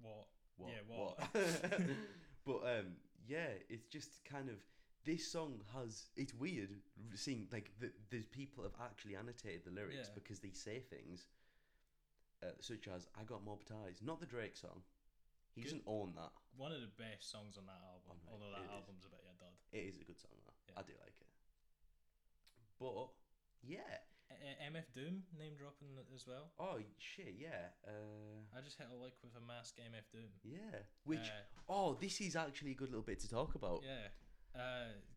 Speaker 2: What?
Speaker 1: what,
Speaker 2: Yeah,
Speaker 1: what.
Speaker 2: what?
Speaker 1: but um, yeah, it's just kind of this song has. It's weird seeing like the the people have actually annotated the lyrics
Speaker 2: Yeah.
Speaker 1: because they say things uh, such as "I got mob ties," not the Drake song. He
Speaker 2: Good.
Speaker 1: doesn't own that.
Speaker 2: One of the best songs on that
Speaker 1: Oh,
Speaker 2: album,
Speaker 1: mate,
Speaker 2: although
Speaker 1: it
Speaker 2: that
Speaker 1: is.
Speaker 2: album's a bit of a dud.
Speaker 1: It is a good song though.
Speaker 2: Yeah.
Speaker 1: I do like it. But yeah.
Speaker 2: Uh, MF Doom name dropping as well.
Speaker 1: Oh shit. Yeah. Uh,
Speaker 2: I just hit a lick with a mask MF Doom.
Speaker 1: yeah. Which.
Speaker 2: Uh,
Speaker 1: oh, this is actually a good little bit to talk about.
Speaker 2: Yeah,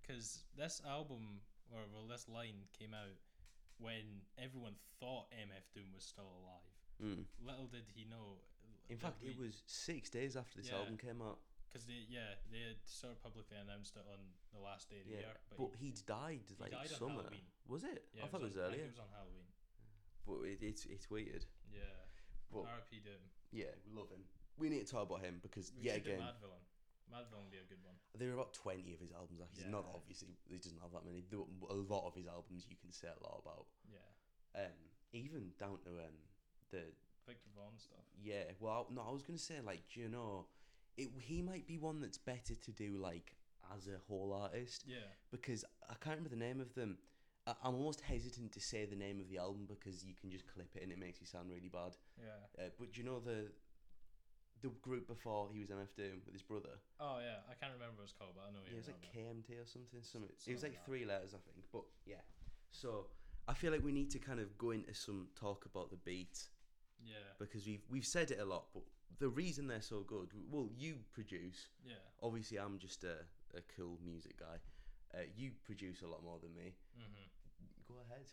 Speaker 2: because this album or well, this line came out when everyone thought MF Doom was still alive.
Speaker 1: Mm.
Speaker 2: Little did he know.
Speaker 1: In fact, it was six days after this
Speaker 2: Yeah.
Speaker 1: album came out.
Speaker 2: because they yeah they had sort of publicly announced it on the last day of the
Speaker 1: Yeah,
Speaker 2: year.
Speaker 1: but,
Speaker 2: he-
Speaker 1: he'd died like
Speaker 2: died on
Speaker 1: summer.
Speaker 2: Halloween.
Speaker 1: Was it?
Speaker 2: yeah,
Speaker 1: I thought it was,
Speaker 2: on, I think
Speaker 1: earlier.
Speaker 2: It was on Halloween.
Speaker 1: But it, it's it's weird.
Speaker 2: Yeah.
Speaker 1: But
Speaker 2: R.I.P. Doom.
Speaker 1: yeah, we love him. We need to talk about him because
Speaker 2: We
Speaker 1: yet
Speaker 2: should do
Speaker 1: again
Speaker 2: Mad Villain. Mad Villain would be a good one.
Speaker 1: there are about twenty of his albums. Like he's not
Speaker 2: Yeah.
Speaker 1: obviously he doesn't have that many. There were a lot of his albums you can say a lot about.
Speaker 2: Yeah.
Speaker 1: Um, even down to um the
Speaker 2: Victor Vaughn stuff.
Speaker 1: yeah. Well, no, I was gonna say like do you know, it he might be one that's better to do like as a whole artist.
Speaker 2: Yeah.
Speaker 1: because I can't remember the name of them. I, I'm almost hesitant to say the name of the album because you can just clip it and it makes you sound really bad.
Speaker 2: Yeah.
Speaker 1: Uh, but do you know the the group before he was MF Doom with his brother.
Speaker 2: Oh yeah, I can't remember what it's called, but I know
Speaker 1: Yeah, it
Speaker 2: you.
Speaker 1: was like
Speaker 2: remember.
Speaker 1: KMT or something. Some it was
Speaker 2: something
Speaker 1: like
Speaker 2: like that.
Speaker 1: three letters, I think. But yeah, so I feel like we need to kind of go into some talk about the beat
Speaker 2: yeah,
Speaker 1: because we've we've said it a lot, but the reason they're so good. Well, you produce.
Speaker 2: yeah,
Speaker 1: Obviously, I'm just a, a cool music guy. Uh, you produce a lot more than me.
Speaker 2: mm-hmm.
Speaker 1: Go ahead.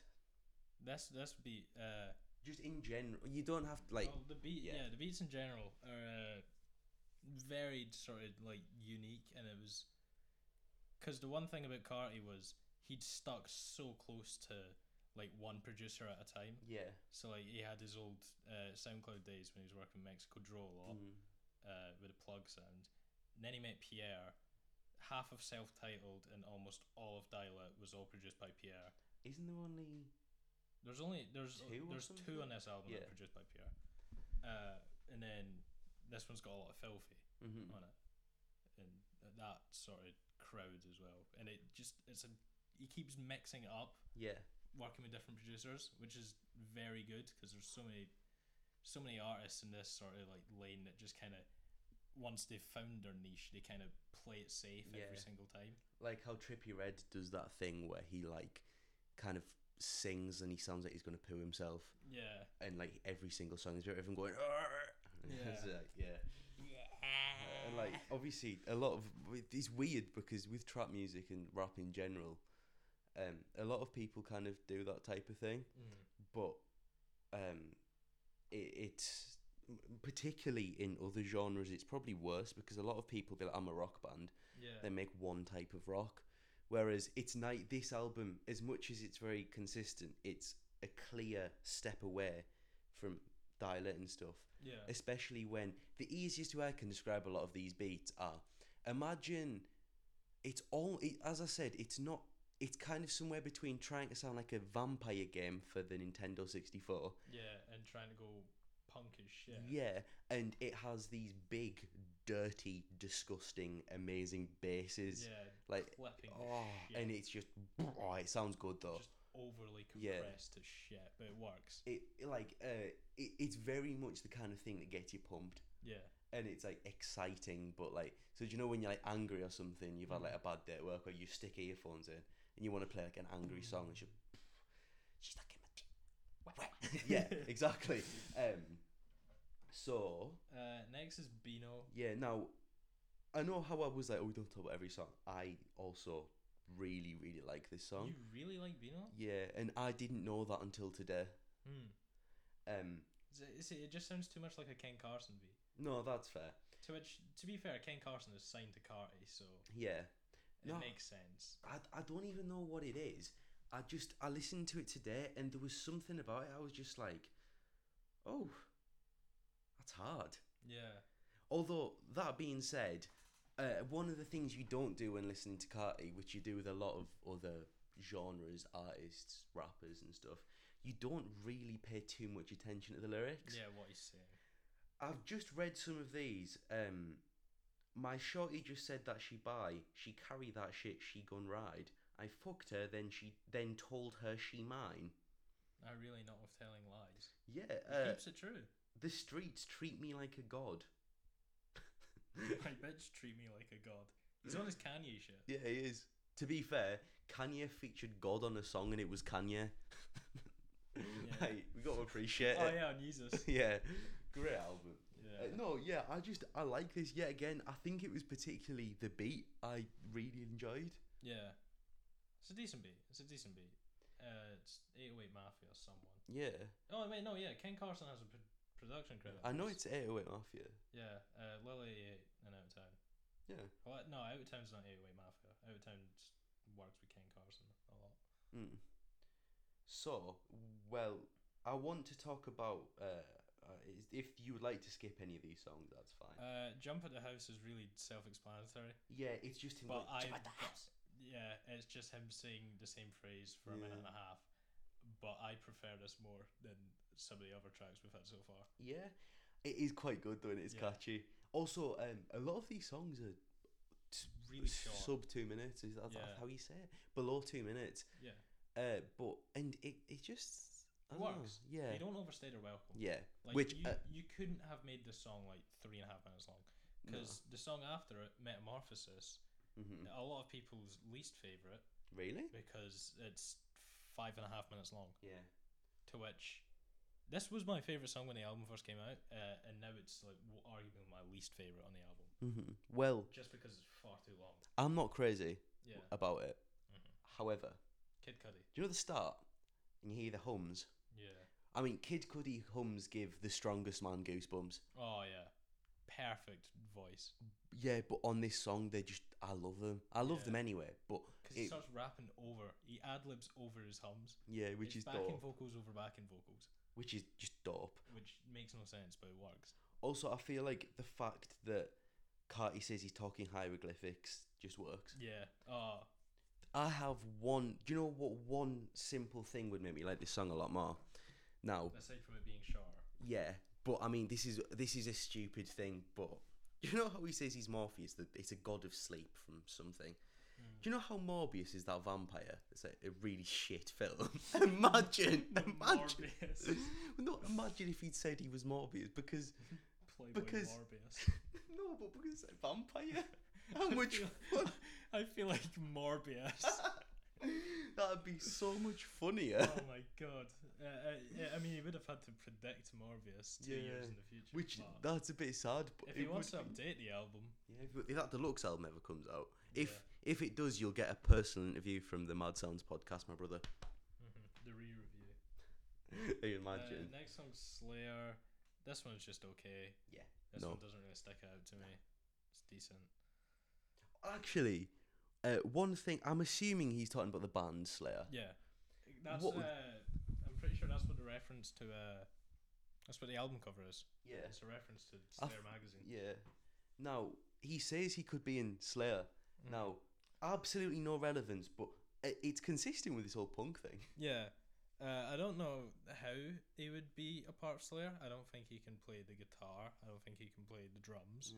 Speaker 2: That's that's beat. Uh,
Speaker 1: Just in general, you don't have to like.
Speaker 2: well, the beat,
Speaker 1: yeah.
Speaker 2: yeah. the beats in general are uh, very sort of like unique, and it was because the one thing about Carty was he'd stuck so close to like one producer at a time.
Speaker 1: Yeah.
Speaker 2: So like he had his old uh, SoundCloud days when he was working in Mexico Draw a lot
Speaker 1: Mm.
Speaker 2: uh, with a plug sound. And then he met Pierre. Half of self-titled and almost all of Dial It was all produced by Pierre.
Speaker 1: Isn't there only?
Speaker 2: There's only there's
Speaker 1: Two or
Speaker 2: there's
Speaker 1: something?
Speaker 2: two on this album
Speaker 1: Yeah.
Speaker 2: that are produced by Pierre, uh, and then this one's got a lot of filthy
Speaker 1: Mhm.
Speaker 2: on it, and th- that sort of crowd as well. And it just it's a he keeps mixing it up,
Speaker 1: Yeah.
Speaker 2: working with different producers, which is very good because there's so many so many artists in this sort of like lane that just kind of once they've found their niche, they kind of play it safe
Speaker 1: Yeah.
Speaker 2: every single time.
Speaker 1: like how Trippy Red does that thing where he like kind of sings and he sounds like he's gonna poo himself,
Speaker 2: Yeah.
Speaker 1: and like every single song is everyone going. "Arr!" It's
Speaker 2: Yeah.
Speaker 1: like, yeah. And like
Speaker 2: Ah.
Speaker 1: oh. obviously a lot of it's weird because with trap music and rap in general, um, a lot of people kind of do that type of thing,
Speaker 2: Mm.
Speaker 1: but um, it, it's particularly in other genres it's probably worse because a lot of people be like I'm a rock band
Speaker 2: Yeah.
Speaker 1: they make one type of rock. Whereas it's night this album, as much as it's very consistent, it's a clear step away from Dial It and stuff.
Speaker 2: yeah.
Speaker 1: Especially when the easiest way I can describe a lot of these beats are imagine it's all it, as I said, it's not it's kind of somewhere between trying to sound like a vampire game for the Nintendo 64
Speaker 2: Yeah, and trying to go punk as shit.
Speaker 1: yeah, and it has these big, dirty, disgusting, amazing basses.
Speaker 2: Yeah,
Speaker 1: like
Speaker 2: clipping as
Speaker 1: Oh,
Speaker 2: shit.
Speaker 1: and it's just oh, it sounds good though.
Speaker 2: just overly
Speaker 1: Yeah.
Speaker 2: compressed as shit, but it works.
Speaker 1: It like uh, it, it's very much the kind of thing that gets you pumped,
Speaker 2: Yeah,
Speaker 1: and it's like exciting, but like so. Do you know when you're like angry or something? You've had
Speaker 2: Mhm.
Speaker 1: like a bad day at work, or you stick earphones in, and you want to play like an angry song, and you she's like, yeah, exactly. Um, so
Speaker 2: Uh, next is Beano.
Speaker 1: yeah, now I know how I was like, oh, we don't talk about every song. I also really, really like this song.
Speaker 2: You really like Beano?
Speaker 1: Yeah, and I didn't know that until today.
Speaker 2: Hmm.
Speaker 1: Um,
Speaker 2: Is it, is it, it just sounds too much like a Ken Carson beat.
Speaker 1: no, that's fair.
Speaker 2: To which, to be fair, Ken Carson is signed to Carty, so
Speaker 1: Yeah,
Speaker 2: it
Speaker 1: No.
Speaker 2: makes sense.
Speaker 1: I, I don't even know what it is. I just I listened to it today, and there was something about it. I was just like, oh, that's hard.
Speaker 2: Yeah.
Speaker 1: Although that being said, uh, one of the things you don't do when listening to Carti, which you do with a lot of other genres, artists, rappers, and stuff, you don't really pay too much attention to the lyrics.
Speaker 2: Yeah, what he's saying.
Speaker 1: I've just read some of these. Um, my shorty just said that she buy, she carry that shit, she gun ride. I fucked her, then she then told her she mine.
Speaker 2: I really not with telling lies.
Speaker 1: Yeah, uh,
Speaker 2: He keeps it true.
Speaker 1: the streets treat me like a god.
Speaker 2: My bitch treat me like a god. He's on his Kanye shit.
Speaker 1: yeah, it is. To be fair, Kanye featured God on a song, and it was Kanye. Like, we got to appreciate
Speaker 2: Oh
Speaker 1: it.
Speaker 2: yeah, on Jesus.
Speaker 1: yeah, great album. Uh,
Speaker 2: Yeah.
Speaker 1: no, yeah, I just I like this yet again. I think it was particularly the beat I really enjoyed.
Speaker 2: Yeah. It's a decent beat. It's a decent beat. Uh, it's 808 Mafia or someone.
Speaker 1: Yeah.
Speaker 2: Oh, wait, no, yeah. Ken Carson has a pro- production credit.
Speaker 1: I
Speaker 2: on
Speaker 1: know
Speaker 2: this.
Speaker 1: it's 808 Mafia.
Speaker 2: Yeah, uh, Lily 88 and Out of Town.
Speaker 1: Yeah.
Speaker 2: Well, no, Out of Town's not 808 Mafia. Out of Town works with Ken Carson a lot.
Speaker 1: Mm. So, well, I want to talk about. Uh, uh, is- if you would like to skip any of these songs, that's fine.
Speaker 2: Uh, Jump at the House is really self explanatory.
Speaker 1: yeah, it's just him
Speaker 2: But
Speaker 1: going,
Speaker 2: I.
Speaker 1: "Jump at the house."
Speaker 2: Yeah, it's just him saying the same phrase for a minute
Speaker 1: Yeah.
Speaker 2: and a half. But I prefer this more than some of the other tracks we've had so far.
Speaker 1: Yeah, it is quite good though, and it's
Speaker 2: Yeah.
Speaker 1: catchy. Also, um, a lot of these songs are
Speaker 2: It's really short.
Speaker 1: sub two minutes. Is that that's
Speaker 2: Yeah.
Speaker 1: how you say it? Below two minutes.
Speaker 2: yeah.
Speaker 1: Uh, but and it it just I
Speaker 2: It
Speaker 1: dunno,
Speaker 2: works.
Speaker 1: Yeah.
Speaker 2: You don't overstay their welcome.
Speaker 1: Yeah.
Speaker 2: Like
Speaker 1: Which
Speaker 2: you,
Speaker 1: uh,
Speaker 2: you couldn't have made this song like three and a half minutes long because the song after it, Metamorphosis,
Speaker 1: mhm.
Speaker 2: a lot of people's least favorite
Speaker 1: really?
Speaker 2: because it's five and a half minutes long.
Speaker 1: Yeah.
Speaker 2: To which, this was my favorite song when the album first came out, uh, and now it's like w- arguably my least favorite on the album
Speaker 1: hmm Well,
Speaker 2: just because it's far too long.
Speaker 1: I'm not crazy
Speaker 2: Yeah,
Speaker 1: about it.
Speaker 2: Mhm.
Speaker 1: However,
Speaker 2: Kid Cudi.
Speaker 1: do you know the start? And you hear the hums.
Speaker 2: Yeah.
Speaker 1: I mean, Kid Cudi hums give the strongest man goosebumps.
Speaker 2: Oh yeah. Perfect voice.
Speaker 1: Yeah, but on this song, they just I love them. I love
Speaker 2: Yeah.
Speaker 1: them anyway. But
Speaker 2: Because he
Speaker 1: it,
Speaker 2: starts rapping over, he ad libs over his hums.
Speaker 1: yeah, which
Speaker 2: It's
Speaker 1: is
Speaker 2: backing
Speaker 1: dope.
Speaker 2: vocals over backing vocals,
Speaker 1: Which is just dope.
Speaker 2: which makes no sense, but it works.
Speaker 1: Also, I feel like the fact that Carty says he's talking hieroglyphics just works.
Speaker 2: Yeah. Oh,
Speaker 1: I have one. Do you know what one simple thing would make me like this song a lot more? Now,
Speaker 2: aside from it being Shar.
Speaker 1: yeah, but I mean, this is this is a stupid thing. But you know how he says he's Morpheus? That it's a god of sleep from something. Do you know how Morbius is that vampire? It's like a really shit film. imagine, imagine,
Speaker 2: Morbius.
Speaker 1: not imagine if he'd said he was Morbius because
Speaker 2: Playboy
Speaker 1: Because-
Speaker 2: Morbius.
Speaker 1: no, but because it's a vampire. How much fun?
Speaker 2: I feel like Morbius.
Speaker 1: That'd be so much funnier.
Speaker 2: oh my god. Uh, I, I mean, he would have had to predict Morbius two years
Speaker 1: Yeah.
Speaker 2: in the future.
Speaker 1: Which
Speaker 2: but
Speaker 1: that's a bit sad. But
Speaker 2: if he
Speaker 1: it
Speaker 2: wants to
Speaker 1: would be-
Speaker 2: update the album,
Speaker 1: Yeah, if- if that deluxe album ever comes out, if
Speaker 2: Yeah.
Speaker 1: if it does, you'll get a personal interview from the Mad Sounds podcast, my brother.
Speaker 2: mm-hmm, the re-review.
Speaker 1: Can you
Speaker 2: Uh,
Speaker 1: imagine?
Speaker 2: next song, Slayer. This one's just okay.
Speaker 1: Yeah.
Speaker 2: This
Speaker 1: No.
Speaker 2: one doesn't really stick out to me. It's decent.
Speaker 1: Actually, uh, one thing I'm assuming he's talking about the band Slayer.
Speaker 2: Yeah, that's.
Speaker 1: What
Speaker 2: uh,
Speaker 1: would-
Speaker 2: I'm pretty sure that's what the reference to. Uh, that's what the album cover is.
Speaker 1: Yeah.
Speaker 2: It's a reference to
Speaker 1: I
Speaker 2: Slayer
Speaker 1: th-
Speaker 2: magazine.
Speaker 1: Yeah. Now he says he could be in Slayer.
Speaker 2: Mm.
Speaker 1: Now, absolutely no relevance, but i- it's consistent with this whole punk thing.
Speaker 2: Yeah, uh, I don't know how he would be a part of Slayer. I don't think he can play the guitar. I don't think he can play the drums.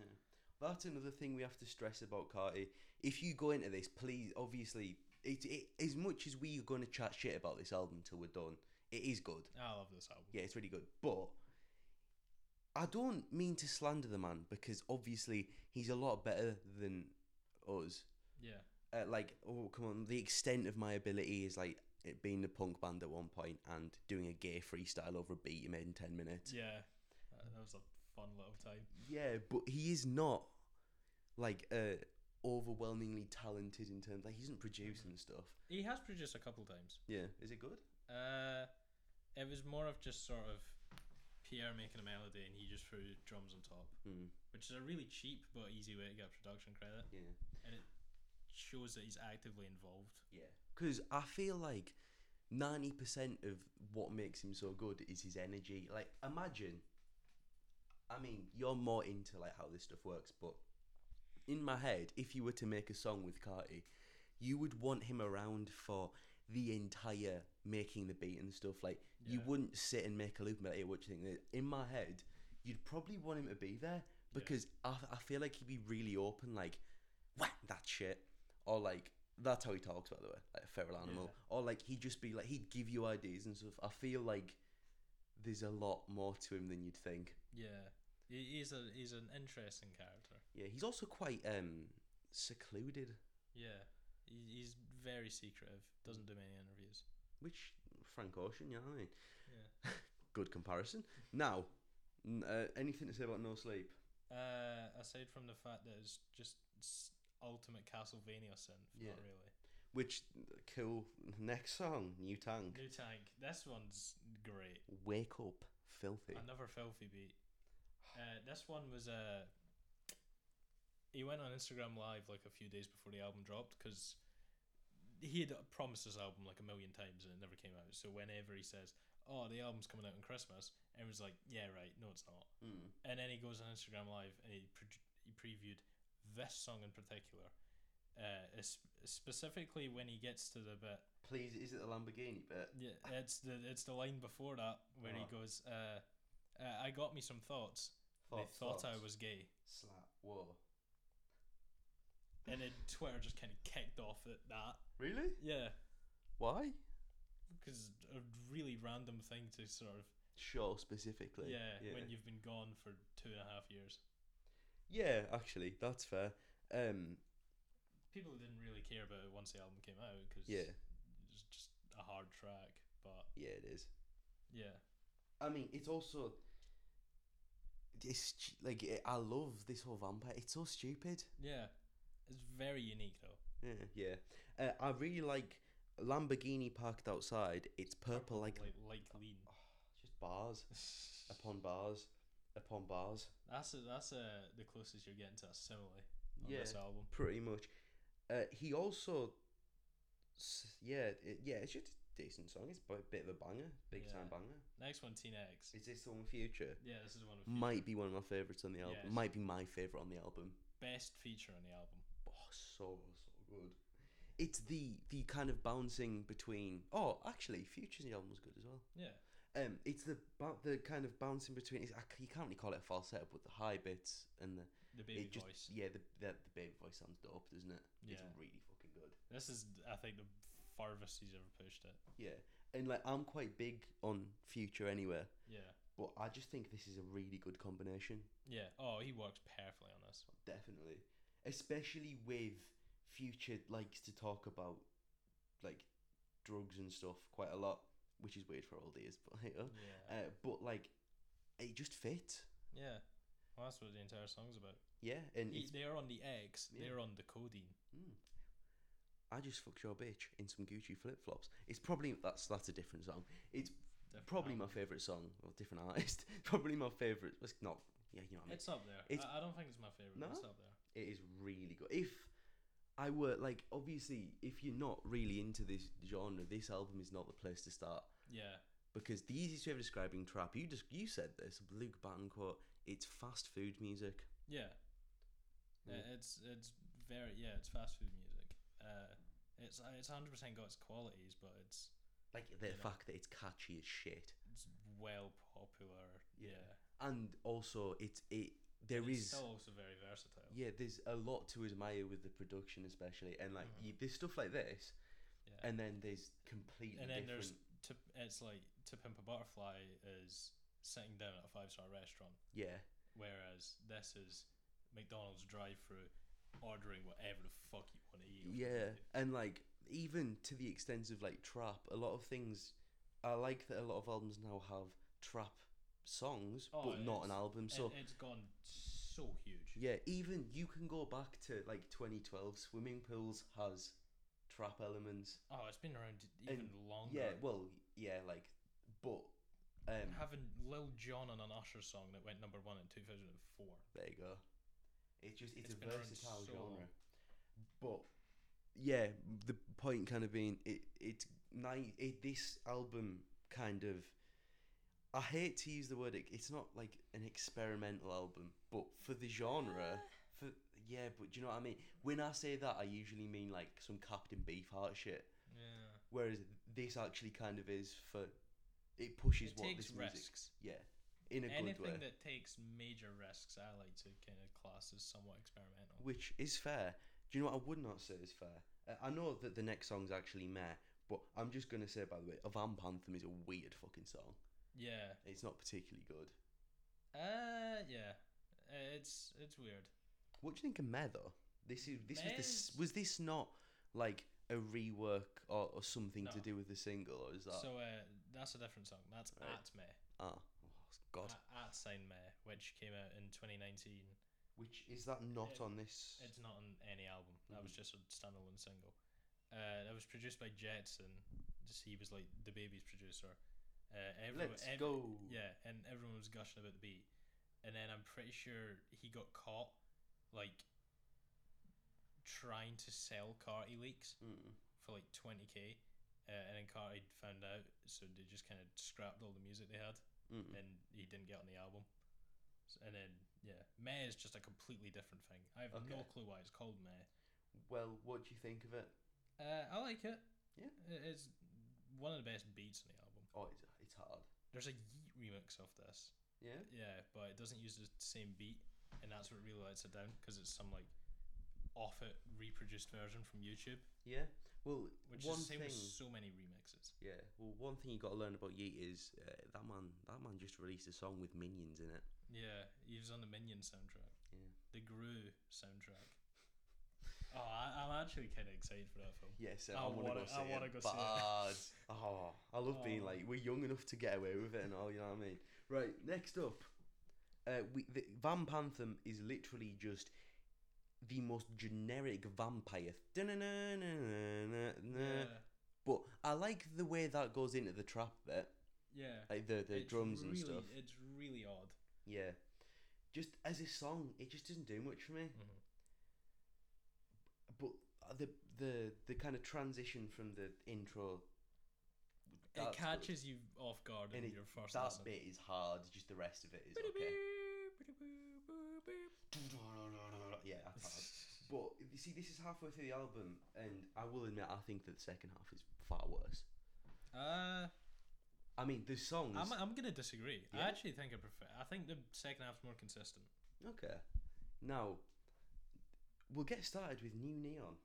Speaker 1: That's another thing we have to stress about Carty. If you go into this, please, obviously, it, it as much as we are going to chat shit about this album till we're done, it is good.
Speaker 2: I love this album.
Speaker 1: Yeah, it's really good. But I don't mean to slander the man because obviously he's a lot better than us.
Speaker 2: Yeah,
Speaker 1: Uh, like, oh come on, the extent of my ability is like it being a punk band at one point and doing a gay freestyle over a beat you made in ten minutes.
Speaker 2: yeah. Uh, that was a fun little time.
Speaker 1: Yeah, but he is not like uh, overwhelmingly talented in terms like he doesn't produce and stuff.
Speaker 2: He has produced a couple times.
Speaker 1: Yeah, is it good?
Speaker 2: Uh, it was more of just sort of Pierre making a melody and he just threw drums on top,
Speaker 1: Mm,
Speaker 2: which is a really cheap but easy way to get production credit.
Speaker 1: yeah,
Speaker 2: and it shows that he's actively involved.
Speaker 1: yeah. Because I feel like ninety percent of what makes him so good is his energy. Like, imagine. I mean, you're more into like how this stuff works, but in my head, if you were to make a song with Carti, you would want him around for the entire making the beat and stuff. Like you
Speaker 2: Yeah.
Speaker 1: wouldn't sit and make a loop and be like, hey, what do you think? of this?" In my head, you'd probably want him to be there because I, I feel like he'd be really open, like, whack that shit, or like that's how he talks, by the way, like a feral animal,
Speaker 2: Yeah.
Speaker 1: or like he'd just be like he'd give you ideas and stuff. I feel like there's a lot more to him than you'd think.
Speaker 2: Yeah, he, he's a he's an interesting character.
Speaker 1: Yeah, he's also quite um secluded,
Speaker 2: Yeah, he, he's very secretive. Doesn't do many interviews.
Speaker 1: which Frank Ocean, you know what I mean?
Speaker 2: Yeah.
Speaker 1: Good comparison. Now, n- uh, anything to say about No Sleep?
Speaker 2: Uh, aside from the fact that it's just s- ultimate Castlevania synth.
Speaker 1: Yeah.
Speaker 2: Not really.
Speaker 1: Which cool next song? New Tank.
Speaker 2: New Tank. This one's great.
Speaker 1: Wake up, filthy.
Speaker 2: Another filthy beat. Uh, this one was Uh, he went on Instagram Live like a few days before the album dropped because he had promised this album like a million times and it never came out. So whenever he says, "Oh, the album's coming out on Christmas," everyone's like, "Yeah, right. No, it's not."
Speaker 1: Mm.
Speaker 2: And then he goes on Instagram Live and he, pre- he previewed this song in particular, uh, es- specifically when he gets to the bit
Speaker 1: Please, is it the Lamborghini bit?
Speaker 2: yeah, it's the it's the line before that where
Speaker 1: Oh.
Speaker 2: he goes, uh, uh, "I got me some thoughts. they thought I was gay,"
Speaker 1: slap. Whoa.
Speaker 2: and then Twitter just kind of kicked off at that.
Speaker 1: Really?
Speaker 2: Yeah,
Speaker 1: Why?
Speaker 2: because a really random thing to sort of
Speaker 1: Sure, specifically.
Speaker 2: yeah, when you've been gone for two and a half years.
Speaker 1: yeah, actually, that's fair. Um,
Speaker 2: People didn't really care about it once the album came out because
Speaker 1: Yeah.
Speaker 2: it's just a hard track. But
Speaker 1: yeah, it is.
Speaker 2: yeah,
Speaker 1: I mean, it's also it's stu- like it, I love this whole vampire. It's so stupid.
Speaker 2: yeah, it's very unique though.
Speaker 1: Yeah, yeah. Uh, I really like Lamborghini parked outside. It's purple, like
Speaker 2: like like lean.
Speaker 1: just bars upon bars upon bars.
Speaker 2: That's a, that's uh the closest you're getting to a simile on
Speaker 1: Yeah.
Speaker 2: this album.
Speaker 1: Pretty much. Uh, he also, s- yeah, it, yeah. It's just a decent song. It's a bit of a banger, big time
Speaker 2: Yeah.
Speaker 1: banger.
Speaker 2: Next one, Teen X.
Speaker 1: Is this the one Future?
Speaker 2: Yeah, this is one of the
Speaker 1: Might be one of my favorites on the album.
Speaker 2: Yes.
Speaker 1: Might be my favorite on the album.
Speaker 2: best feature on the album.
Speaker 1: Oh, so so good. It's the the kind of bouncing between. Oh, actually, Future's album was good as well.
Speaker 2: Yeah,
Speaker 1: Um, it's the bou- the kind of bouncing between. It's, I c- you can't really call it a falsetto, but the high bits and the
Speaker 2: the baby
Speaker 1: it just,
Speaker 2: voice.
Speaker 1: Yeah, the, the the baby voice sounds dope, doesn't it? It's
Speaker 2: Yeah.
Speaker 1: really fucking good.
Speaker 2: This is I think the farthest he's ever pushed it.
Speaker 1: Yeah, and like I'm quite big on Future anyway,
Speaker 2: Yeah,
Speaker 1: but I just think this is a really good combination.
Speaker 2: yeah. Oh, he works perfectly on this.
Speaker 1: Definitely, especially with Future likes to talk about like drugs and stuff quite a lot, which is weird for old ears, but hey, oh.
Speaker 2: Yeah.
Speaker 1: uh, but like it just fits.
Speaker 2: Yeah. Well, that's what the entire song's about.
Speaker 1: Yeah, and
Speaker 2: He-
Speaker 1: it's,
Speaker 2: they are on the eggs.
Speaker 1: Yeah.
Speaker 2: They're on the codeine.
Speaker 1: mm. I just fucked your bitch in some Gucci flip flops. It's probably that's that's a different song. It's
Speaker 2: Different
Speaker 1: probably
Speaker 2: album.
Speaker 1: my favorite song or different artist. probably my favorite. It's not. Yeah, you know what I mean.
Speaker 2: It's up there.
Speaker 1: It's-
Speaker 2: I, I don't think it's my favorite.
Speaker 1: No?
Speaker 2: But it's up there.
Speaker 1: it is really good. If I were like, obviously, if you're not really into this genre, this album is not the place to start
Speaker 2: Yeah.
Speaker 1: because the easiest way of describing trap. You just you said this, Luke Batten quote. It's fast food music.
Speaker 2: Yeah.
Speaker 1: Mm.
Speaker 2: Uh, It's it's very yeah. It's fast food music. Uh, it's it's hundred percent got its qualities, but it's
Speaker 1: Like the
Speaker 2: Yeah.
Speaker 1: fact that it's catchy as shit,
Speaker 2: it's well popular.
Speaker 1: Yeah.
Speaker 2: Yeah.
Speaker 1: and also it's it.
Speaker 2: And
Speaker 1: There
Speaker 2: it's
Speaker 1: is
Speaker 2: still also very versatile.
Speaker 1: yeah, there's a lot to admire with the production, especially, and like
Speaker 2: Mhm.
Speaker 1: you, there's stuff like this,
Speaker 2: Yeah.
Speaker 1: and then there's completely
Speaker 2: And then
Speaker 1: different.
Speaker 2: there's to it's like to pimp a butterfly is sitting down at a five star restaurant.
Speaker 1: yeah,
Speaker 2: whereas this is McDonald's drive-through, ordering whatever the fuck you want to eat.
Speaker 1: Yeah, and like even to the extent of like trap, a lot of things. I like that a lot of albums now have trap songs,
Speaker 2: Oh,
Speaker 1: but not an
Speaker 2: it's- e-,
Speaker 1: album. So
Speaker 2: it, has gone so huge.
Speaker 1: yeah, even you can go back to like 2012. Swimming pools has trap elements.
Speaker 2: Oh, it's been around even longer.
Speaker 1: Yeah, well, yeah, like, but um,
Speaker 2: having Lil Jon on an Usher song that went number one in two thousand and four.
Speaker 1: there you go. It's just it's,
Speaker 2: It's
Speaker 1: a
Speaker 2: been around
Speaker 1: versatile
Speaker 2: so
Speaker 1: genre.
Speaker 2: long.
Speaker 1: But yeah, the point kind of being it it's nice. It, this album kind of I hate to use the word. ex- It's not like an experimental album, but for the
Speaker 2: Ah.
Speaker 1: genre, for yeah. But do you know what I mean? When I say that, I usually mean like some Captain Beefheart shit.
Speaker 2: Yeah,
Speaker 1: Whereas this actually kind of is for it pushes
Speaker 2: it
Speaker 1: what
Speaker 2: takes
Speaker 1: this music.
Speaker 2: risks.
Speaker 1: Yeah, in a good way.
Speaker 2: Anything that takes major risks, I like to kind of class as somewhat experimental.
Speaker 1: which is fair. Do you know what I would not say is fair? Uh, I know that the next song's actually meh, but I'm just gonna say by the way, a vamp anthem is a weird fucking song.
Speaker 2: Yeah,
Speaker 1: It's not particularly good.
Speaker 2: uh, yeah, Uh, it's it's weird.
Speaker 1: What do you think of meh though? This is this was this
Speaker 2: Meh's-
Speaker 1: was this not like a rework or, or something to
Speaker 2: No.
Speaker 1: do with the single or is that
Speaker 2: So uh, that's a different song. That's
Speaker 1: Right.
Speaker 2: at me.
Speaker 1: ah oh, God?
Speaker 2: At, at Sign Me, which came out in 2019.
Speaker 1: Which is that not
Speaker 2: it-
Speaker 1: on this?
Speaker 2: It's not on any album. That
Speaker 1: Mm-hmm.
Speaker 2: was just a standalone single. Uh, it was produced by Jetson. Just he was like the baby's producer. Uh, everyone,
Speaker 1: Let's
Speaker 2: ev-
Speaker 1: go.
Speaker 2: Yeah, and everyone was gushing about the beat. And then I'm pretty sure he got caught, like trying to sell Carty leaks
Speaker 1: Mm.
Speaker 2: for like 20k. Uh, and then Carty found out, so they just kind of scrapped all the music they had
Speaker 1: Mm.
Speaker 2: and he didn't get on the album. S and then yeah, May is just a completely different thing. I have no
Speaker 1: Okay.
Speaker 2: clue why it's called May.
Speaker 1: Well, what do you think of it?
Speaker 2: Uh, I like it.
Speaker 1: Yeah.
Speaker 2: it is one of the best beats on the album.
Speaker 1: Oh, it's, it's hard.
Speaker 2: There's a Yeet remix of this.
Speaker 1: Yeah.
Speaker 2: Yeah, but it doesn't use the same beat, and that's what really lets it down because it's some like off it reproduced version from YouTube,
Speaker 1: Yeah. Well,
Speaker 2: which
Speaker 1: one
Speaker 2: is the same
Speaker 1: thing.
Speaker 2: with so many remixes.
Speaker 1: Yeah. Well, one thing you got to learn about Yeet is uh, that man. That man just released a song with minions in it.
Speaker 2: Yeah, he was on the Minion soundtrack,
Speaker 1: Yeah.
Speaker 2: the Gru soundtrack. oh, I, I'm actually kind of excited for that film.
Speaker 1: Yeah, so I,
Speaker 2: I
Speaker 1: want to
Speaker 2: wanna-
Speaker 1: go
Speaker 2: I
Speaker 1: see it.
Speaker 2: wanna go see it.
Speaker 1: Bad. Oh, I love being
Speaker 2: Oh.
Speaker 1: like we're young enough to get away with it and all. You know what I mean? Right. Next up, uh, we the Vamp Anthem is literally just the most generic vampire.
Speaker 2: Yeah,
Speaker 1: Yeah. But I like the way that goes into the trap bit,
Speaker 2: yeah.
Speaker 1: like the the
Speaker 2: It's
Speaker 1: drums and
Speaker 2: really-
Speaker 1: stuff.
Speaker 2: It's really odd.
Speaker 1: Yeah. Just as a song, it just doesn't do much for me. But the the the kind of transition from the intro
Speaker 2: It
Speaker 1: That's good.
Speaker 2: catches you off guard in
Speaker 1: And it-
Speaker 2: your first
Speaker 1: that
Speaker 2: lesson.
Speaker 1: bit is hard. Just the rest of it is okay. Yeah, that's hard. But you see, this is halfway through the album, and I will admit, I think that the second half is far worse.
Speaker 2: Uh,
Speaker 1: I mean, the songs.
Speaker 2: I'm, I'm gonna disagree.
Speaker 1: Yeah?
Speaker 2: I actually think I prefer. I think the second half's more consistent.
Speaker 1: Okay. Now, we'll get started with New Neon.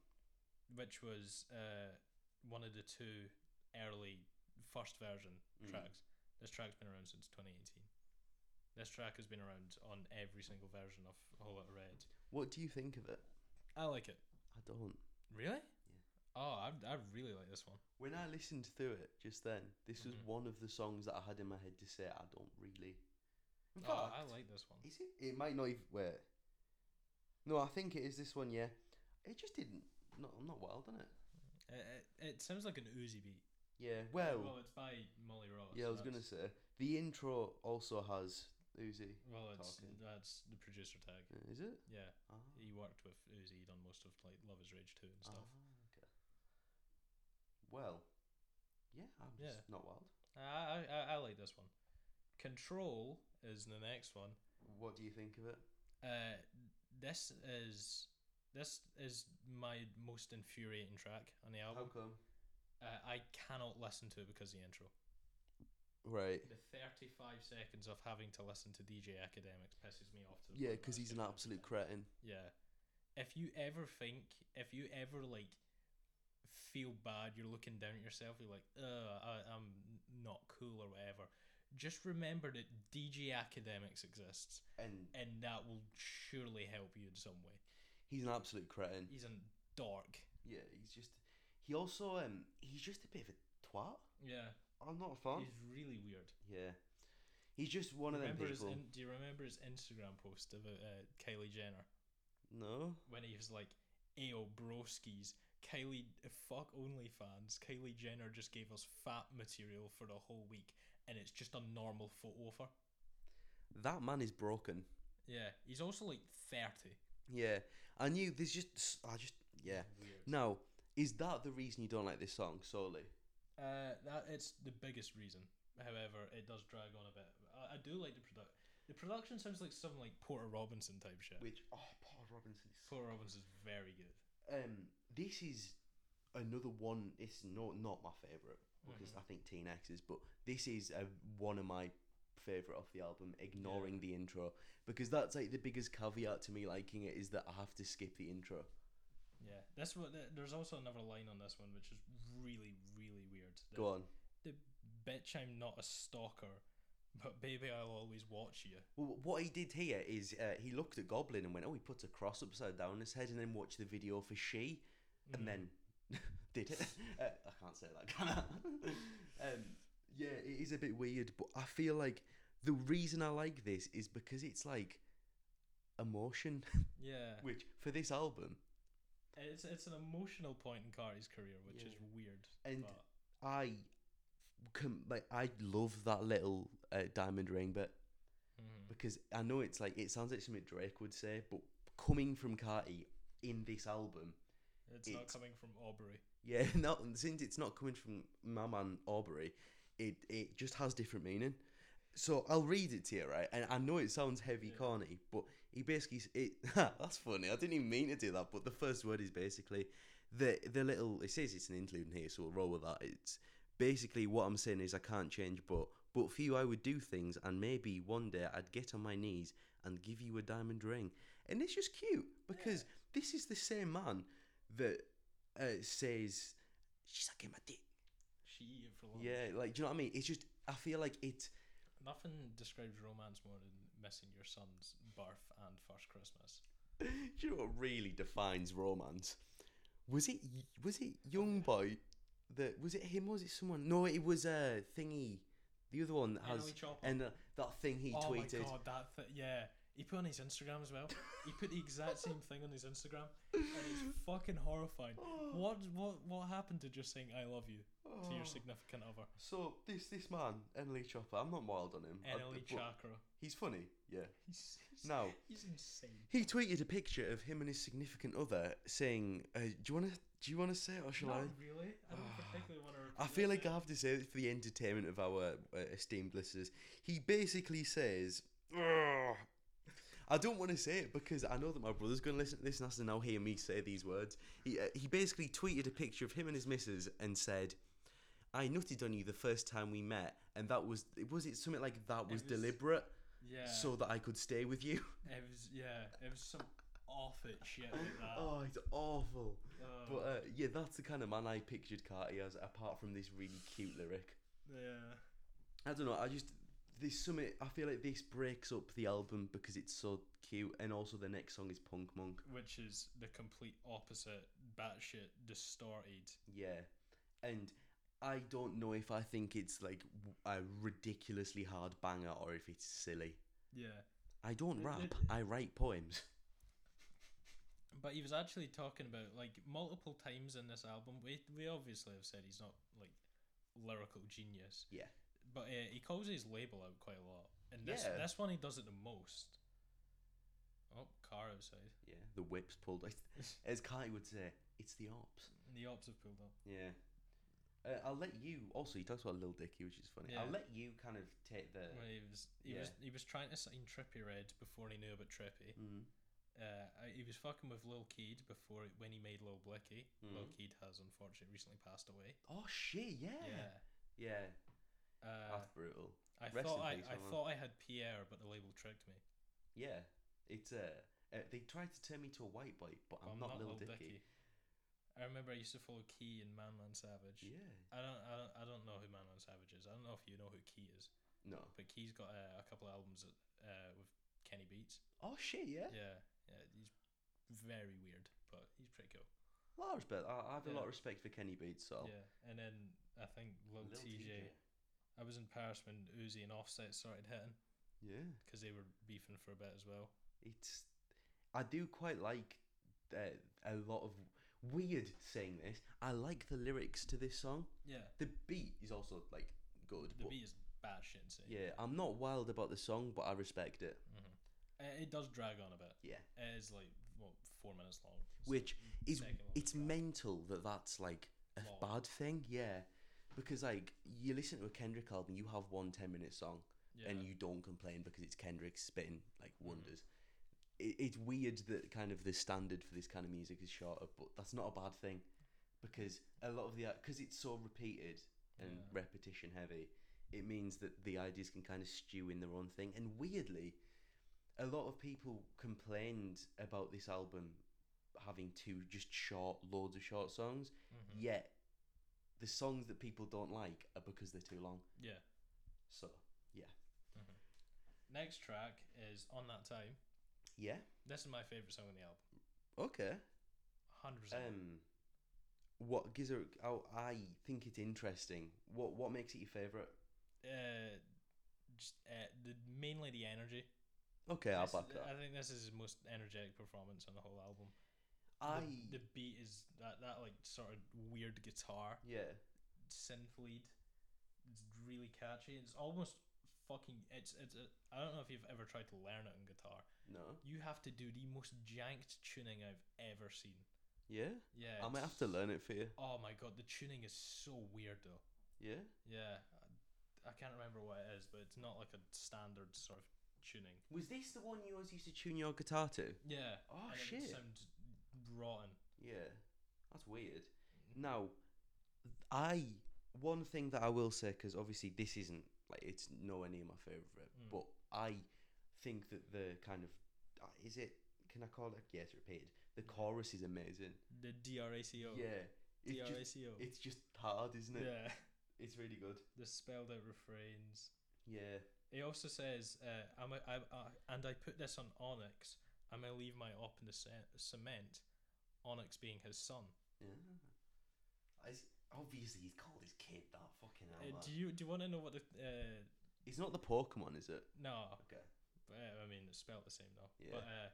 Speaker 2: which was uh, one of the two early first version
Speaker 1: Mm.
Speaker 2: tracks. This track's been around since 2018. This track has been around on every single version of Whole Lotta Red.
Speaker 1: What do you think of it?
Speaker 2: I like it.
Speaker 1: I don't.
Speaker 2: Really? Oh, I, I really like this one.
Speaker 1: When I listened through it just then, this was
Speaker 2: Mhm.
Speaker 1: one of the songs that I had in my head to say I don't really. In
Speaker 2: Oh, I
Speaker 1: fact,
Speaker 2: like this one.
Speaker 1: is it? It might not even wait. No, I think it is this one. Yeah, it just didn't. Not not well, done it.
Speaker 2: It, it, it sounds like an Uzi beat.
Speaker 1: Yeah. Well.
Speaker 2: well, it's by Molly Ross.
Speaker 1: yeah, I was gonna
Speaker 2: that's-
Speaker 1: say the intro also has Uzi.
Speaker 2: Well, it's
Speaker 1: talking.
Speaker 2: that's the producer tag.
Speaker 1: Uh, Is it?
Speaker 2: Yeah,
Speaker 1: Ah.
Speaker 2: he worked with Uzi. He done most of like Love Is Rage 2 and stuff.
Speaker 1: Ah, okay. Well. Yeah, I'm
Speaker 2: Yeah.
Speaker 1: just not wild.
Speaker 2: I, I, I like this one. Control is the next one.
Speaker 1: What do you think of it?
Speaker 2: Uh, this is this is my most infuriating track on the
Speaker 1: How
Speaker 2: album.
Speaker 1: come?
Speaker 2: Uh, I cannot listen to it because of the intro.
Speaker 1: Right.
Speaker 2: The thirty-five seconds of having to listen to DJ Academics pisses me off. To the
Speaker 1: Yeah,
Speaker 2: point where
Speaker 1: because
Speaker 2: I
Speaker 1: he's an
Speaker 2: skip it every
Speaker 1: absolute
Speaker 2: time.
Speaker 1: cretin.
Speaker 2: Yeah. If you ever think, if you ever like feel bad, you're looking down at yourself, you're like, "Uh, I- I'm not cool or whatever." Just remember that DG Academics exists,
Speaker 1: And
Speaker 2: and that will surely help you in some way.
Speaker 1: he's an absolute cretin.
Speaker 2: He's in dark.
Speaker 1: Yeah, he's just. He also um he's just a bit of a twat.
Speaker 2: Yeah,
Speaker 1: I'm not a fan.
Speaker 2: he's really weird.
Speaker 1: yeah, he's just one of them
Speaker 2: Remember his
Speaker 1: people.
Speaker 2: in, do you remember his Instagram post about uh, Kylie Jenner
Speaker 1: No,
Speaker 2: when he was like, "Ayo, broskies, Kylie, fuck OnlyFans. Kylie Jenner just gave us fat material for the whole week, and it's just a normal photo of her."
Speaker 1: that man is broken.
Speaker 2: Yeah, he's also like thirty.
Speaker 1: Yeah, I knew there's just s- I just yeah.
Speaker 2: Weird.
Speaker 1: Now, is that the reason you don't like this song solely?
Speaker 2: Uh, that it's the biggest reason. However, it does drag on a bit. I, I do like the product. The production sounds like some like Porter Robinson type shit.
Speaker 1: Which oh, Paul Robinson. is so-
Speaker 2: Porter Robinson's very good.
Speaker 1: Um, this is another one. It's not not my favorite because
Speaker 2: Mm-hmm.
Speaker 1: I think Teen X is, but this is a, one of my favorite off the album. Ignoring the intro because that's like the biggest caveat to me liking it is that I have to skip the intro.
Speaker 2: Yeah, that's what. th- There's also another line on this one which is really, really weird. The,
Speaker 1: Go on.
Speaker 2: The bitch, I'm not a stalker, but baby, I'll always watch you.
Speaker 1: Well, what he did here is uh, he looked at Goblin and went, "Oh, he put a cross upside down his head," and then watched the video for she,
Speaker 2: Mm-hmm.
Speaker 1: and then did it. Uh, I can't say that, can I? um, yeah, it is a bit weird, but I feel like the reason I like this is because it's like emotion,
Speaker 2: Mm. Yeah,
Speaker 1: which for this album,
Speaker 2: it's it's an emotional point in Carti's career, which is
Speaker 1: Yeah.
Speaker 2: weird.
Speaker 1: And-
Speaker 2: but
Speaker 1: I can like I love that little uh, diamond ring bit
Speaker 2: Mhm.
Speaker 1: because I know it's like it sounds like something Drake would say, but coming from Carti in this album.
Speaker 2: it's, not
Speaker 1: it's-
Speaker 2: coming from Aubrey.
Speaker 1: Yeah, no, and since it's not coming from my man Aubrey, it it just has different meaning. So I'll read it to you, right? And I know it sounds heavy,
Speaker 2: Yeah.
Speaker 1: corny, but he basically s- it. that's funny. I didn't even mean to do that, but the first word is basically the the little. It says it's an interlude in here, so we'll roll with that. It's basically what I'm saying is I can't change, but but for you I would do things, and maybe one day I'd get on my knees and give you a diamond ring, and it's just cute because this is the same man that uh, says, "She sucking my dick. She
Speaker 2: cheat for long.
Speaker 1: Yeah, like do you know what I mean? It's just I feel like it.
Speaker 2: Nothing describes romance more than missing your son's birth and first Christmas.
Speaker 1: Do you know what really defines romance? Was it was it young boy that was it him? Or was it someone? No, it was a uh, thingy. The other one that
Speaker 2: Naomi
Speaker 1: has
Speaker 2: Chopper.
Speaker 1: and uh, that thing he
Speaker 2: oh
Speaker 1: tweeted.
Speaker 2: my god, that th- yeah. He put on his Instagram as well. he put the exact same thing on his Instagram, and it's fucking horrifying. What what what happened to just saying "I love you" to
Speaker 1: Oh.
Speaker 2: your significant other?
Speaker 1: So this this man, Enley Chopper, I'm not wild on him. I-
Speaker 2: Enelly
Speaker 1: but
Speaker 2: Chakra.
Speaker 1: He's funny, yeah.
Speaker 2: He's, he's,
Speaker 1: Now
Speaker 2: he's insane.
Speaker 1: he tweeted a picture of him and his significant other saying, uh, "Do you want to? Do you want to say it or shall
Speaker 2: Not
Speaker 1: I?"
Speaker 2: really. I don't particularly want to.
Speaker 1: I feel like I have to say it for the entertainment of our uh, esteemed listeners. He basically says, "Ugh." I don't want to say it because I know that my brother's going to listen to this and has to now hear me say these words. He, uh, he basically tweeted a picture of him and his missus and said, I nutted on you the first time we met, and that was, was it something like that was,
Speaker 2: was-
Speaker 1: deliberate
Speaker 2: yeah.
Speaker 1: so that I could stay with you?
Speaker 2: It was yeah, it was some awful shit like that.
Speaker 1: Oh, it's awful.
Speaker 2: Oh,
Speaker 1: But uh, yeah, that's the kind of man I pictured Carty as, apart from this really cute lyric.
Speaker 2: yeah.
Speaker 1: I don't know. I just this summit. I feel like this breaks up the album because it's so cute, and also the next song is Punk Monk.
Speaker 2: Which is the complete opposite, batshit distorted.
Speaker 1: Yeah, and I don't know if I think it's like w- a ridiculously hard banger or if it's silly.
Speaker 2: Yeah.
Speaker 1: I don't
Speaker 2: It-
Speaker 1: rap.
Speaker 2: it-
Speaker 1: I write poems.
Speaker 2: But he was actually talking about like multiple times in this album. We we obviously have said he's not like lyrical genius,
Speaker 1: Yeah,
Speaker 2: but uh, he calls his label out quite a lot. And this
Speaker 1: Yeah.
Speaker 2: this one he does it the most. Oh, car outside.
Speaker 1: yeah. The whip's pulled. out. As Carty would say, it's the ops.
Speaker 2: The ops have pulled up.
Speaker 1: Yeah. Uh, I'll let you. Also, he talks about Lil Dicky, which is funny.
Speaker 2: Yeah.
Speaker 1: I'll let you kind of take the.
Speaker 2: When he was
Speaker 1: Uh,
Speaker 2: he
Speaker 1: yeah.
Speaker 2: was he was trying to sign Trippy Red before he knew about Trippy.
Speaker 1: Mm,
Speaker 2: uh, I- he was fucking with Lil Keed before it, when he made Lil Blicky. Lil
Speaker 1: Mhm.
Speaker 2: Keed has unfortunately recently passed away.
Speaker 1: Oh shit! Yeah.
Speaker 2: Yeah,
Speaker 1: Yeah.
Speaker 2: uh,
Speaker 1: That's brutal.
Speaker 2: I
Speaker 1: rest
Speaker 2: thought
Speaker 1: in
Speaker 2: I,
Speaker 1: peace,
Speaker 2: I
Speaker 1: Omar.
Speaker 2: thought I had Pierre, but the label tricked me.
Speaker 1: Yeah, it's uh, uh they tried to turn me to a white boy, but
Speaker 2: But
Speaker 1: I'm, not, Lil Dicky.
Speaker 2: I remember I used to follow Key and Manman Savage.
Speaker 1: Yeah,
Speaker 2: I don't, I don't I don't know who Manman Savage is. I don't know if you know who Key is,
Speaker 1: no.
Speaker 2: but Key's got uh, a couple of albums uh, with Kenny Beats.
Speaker 1: Oh shit, yeah.
Speaker 2: Yeah, yeah, he's very weird, but he's pretty cool.
Speaker 1: Well, I, respect, I, I have a
Speaker 2: Yeah.
Speaker 1: lot of respect for Kenny Beats. So
Speaker 2: Yeah, and then I think Lil, TJ. I was in Paris when Uzi and Offset started hitting
Speaker 1: Yeah,
Speaker 2: because they were beefing for a bit as well.
Speaker 1: it's. I do quite like uh, a lot of weird saying this. I like the lyrics to this song.
Speaker 2: Yeah,
Speaker 1: The beat is also like good.
Speaker 2: the
Speaker 1: but
Speaker 2: beat is batshit insane.
Speaker 1: Yeah, I'm not wild about the song, but I respect it.
Speaker 2: hmm Uh, it does drag on a bit.
Speaker 1: Mm-hmm. Yeah.
Speaker 2: It is like what four minutes long. It's
Speaker 1: which
Speaker 2: the
Speaker 1: is
Speaker 2: second longest
Speaker 1: it's
Speaker 2: track.
Speaker 1: mental that that's like a
Speaker 2: Long.
Speaker 1: bad thing yeah because like you listen to a kendrick album you have one 10 minute song
Speaker 2: yeah. Mm-hmm.
Speaker 1: and you don't complain because it's kendrick spitting like wonders it, it's weird that kind of the standard for this kind of music is shorter but that's not a bad thing because a lot of the because it's so repeated and
Speaker 2: Yeah.
Speaker 1: repetition heavy it means that the ideas can kind of stew in their own thing and weirdly a lot of people complained about this album having two just short loads of short songs
Speaker 2: Mhm.
Speaker 1: yet the songs that people don't like are because they're too long
Speaker 2: yeah.
Speaker 1: so
Speaker 2: Next track is on that time.
Speaker 1: yeah
Speaker 2: This is my favorite song on the album.
Speaker 1: okay
Speaker 2: Hundred percent.
Speaker 1: um what gives it oh, i think it's interesting what what makes it your favorite
Speaker 2: Uh, just uh, the mainly the energy.
Speaker 1: okay i'll
Speaker 2: This-
Speaker 1: back that
Speaker 2: I think this is his most energetic performance on the whole album.
Speaker 1: i
Speaker 2: uh, the, the beat is that that like sort of weird guitar
Speaker 1: yeah
Speaker 2: synth lead. It's really catchy. It's almost fucking. It's it's. A, I don't know if you've ever tried to learn it on guitar.
Speaker 1: no
Speaker 2: You have to do the most janked tuning I've ever seen.
Speaker 1: yeah
Speaker 2: Yeah.
Speaker 1: i might
Speaker 2: it's-
Speaker 1: have to learn it for you
Speaker 2: Oh my god, the tuning is so weird though.
Speaker 1: yeah
Speaker 2: Yeah, I, I can't remember what it is, but it's not like a standard sort of tuning.
Speaker 1: was this the one you always used to tune your guitar to
Speaker 2: Yeah.
Speaker 1: Oh,
Speaker 2: and
Speaker 1: shit.
Speaker 2: It sounds rotten.
Speaker 1: Yeah, that's weird.
Speaker 2: Mm-hmm.
Speaker 1: Now, I one thing that I will say because obviously this isn't like it's nowhere near my favorite,
Speaker 2: Mm.
Speaker 1: but I think that the kind of uh, is it can I call it yes repeated
Speaker 2: Mm.
Speaker 1: the chorus is amazing.
Speaker 2: The DRACO.
Speaker 1: Yeah, it's just
Speaker 2: DRACO.
Speaker 1: it's just hard, isn't it?
Speaker 2: yeah.
Speaker 1: It's really good.
Speaker 2: the spelled out refrains.
Speaker 1: Yeah.
Speaker 2: He also says, uh, I'm a, I, I, and I put this on Onyx, I may leave my op in the ce- cement, Onyx being his son.
Speaker 1: Yeah. It's, obviously, he's called his kid that fucking
Speaker 2: Uh,
Speaker 1: hell. man.
Speaker 2: do you do you want to know what the. Uh,
Speaker 1: He's not the Pokemon, is it?
Speaker 2: no,
Speaker 1: Okay.
Speaker 2: but, uh, I mean, it's spelled the same though.
Speaker 1: Yeah.
Speaker 2: But uh,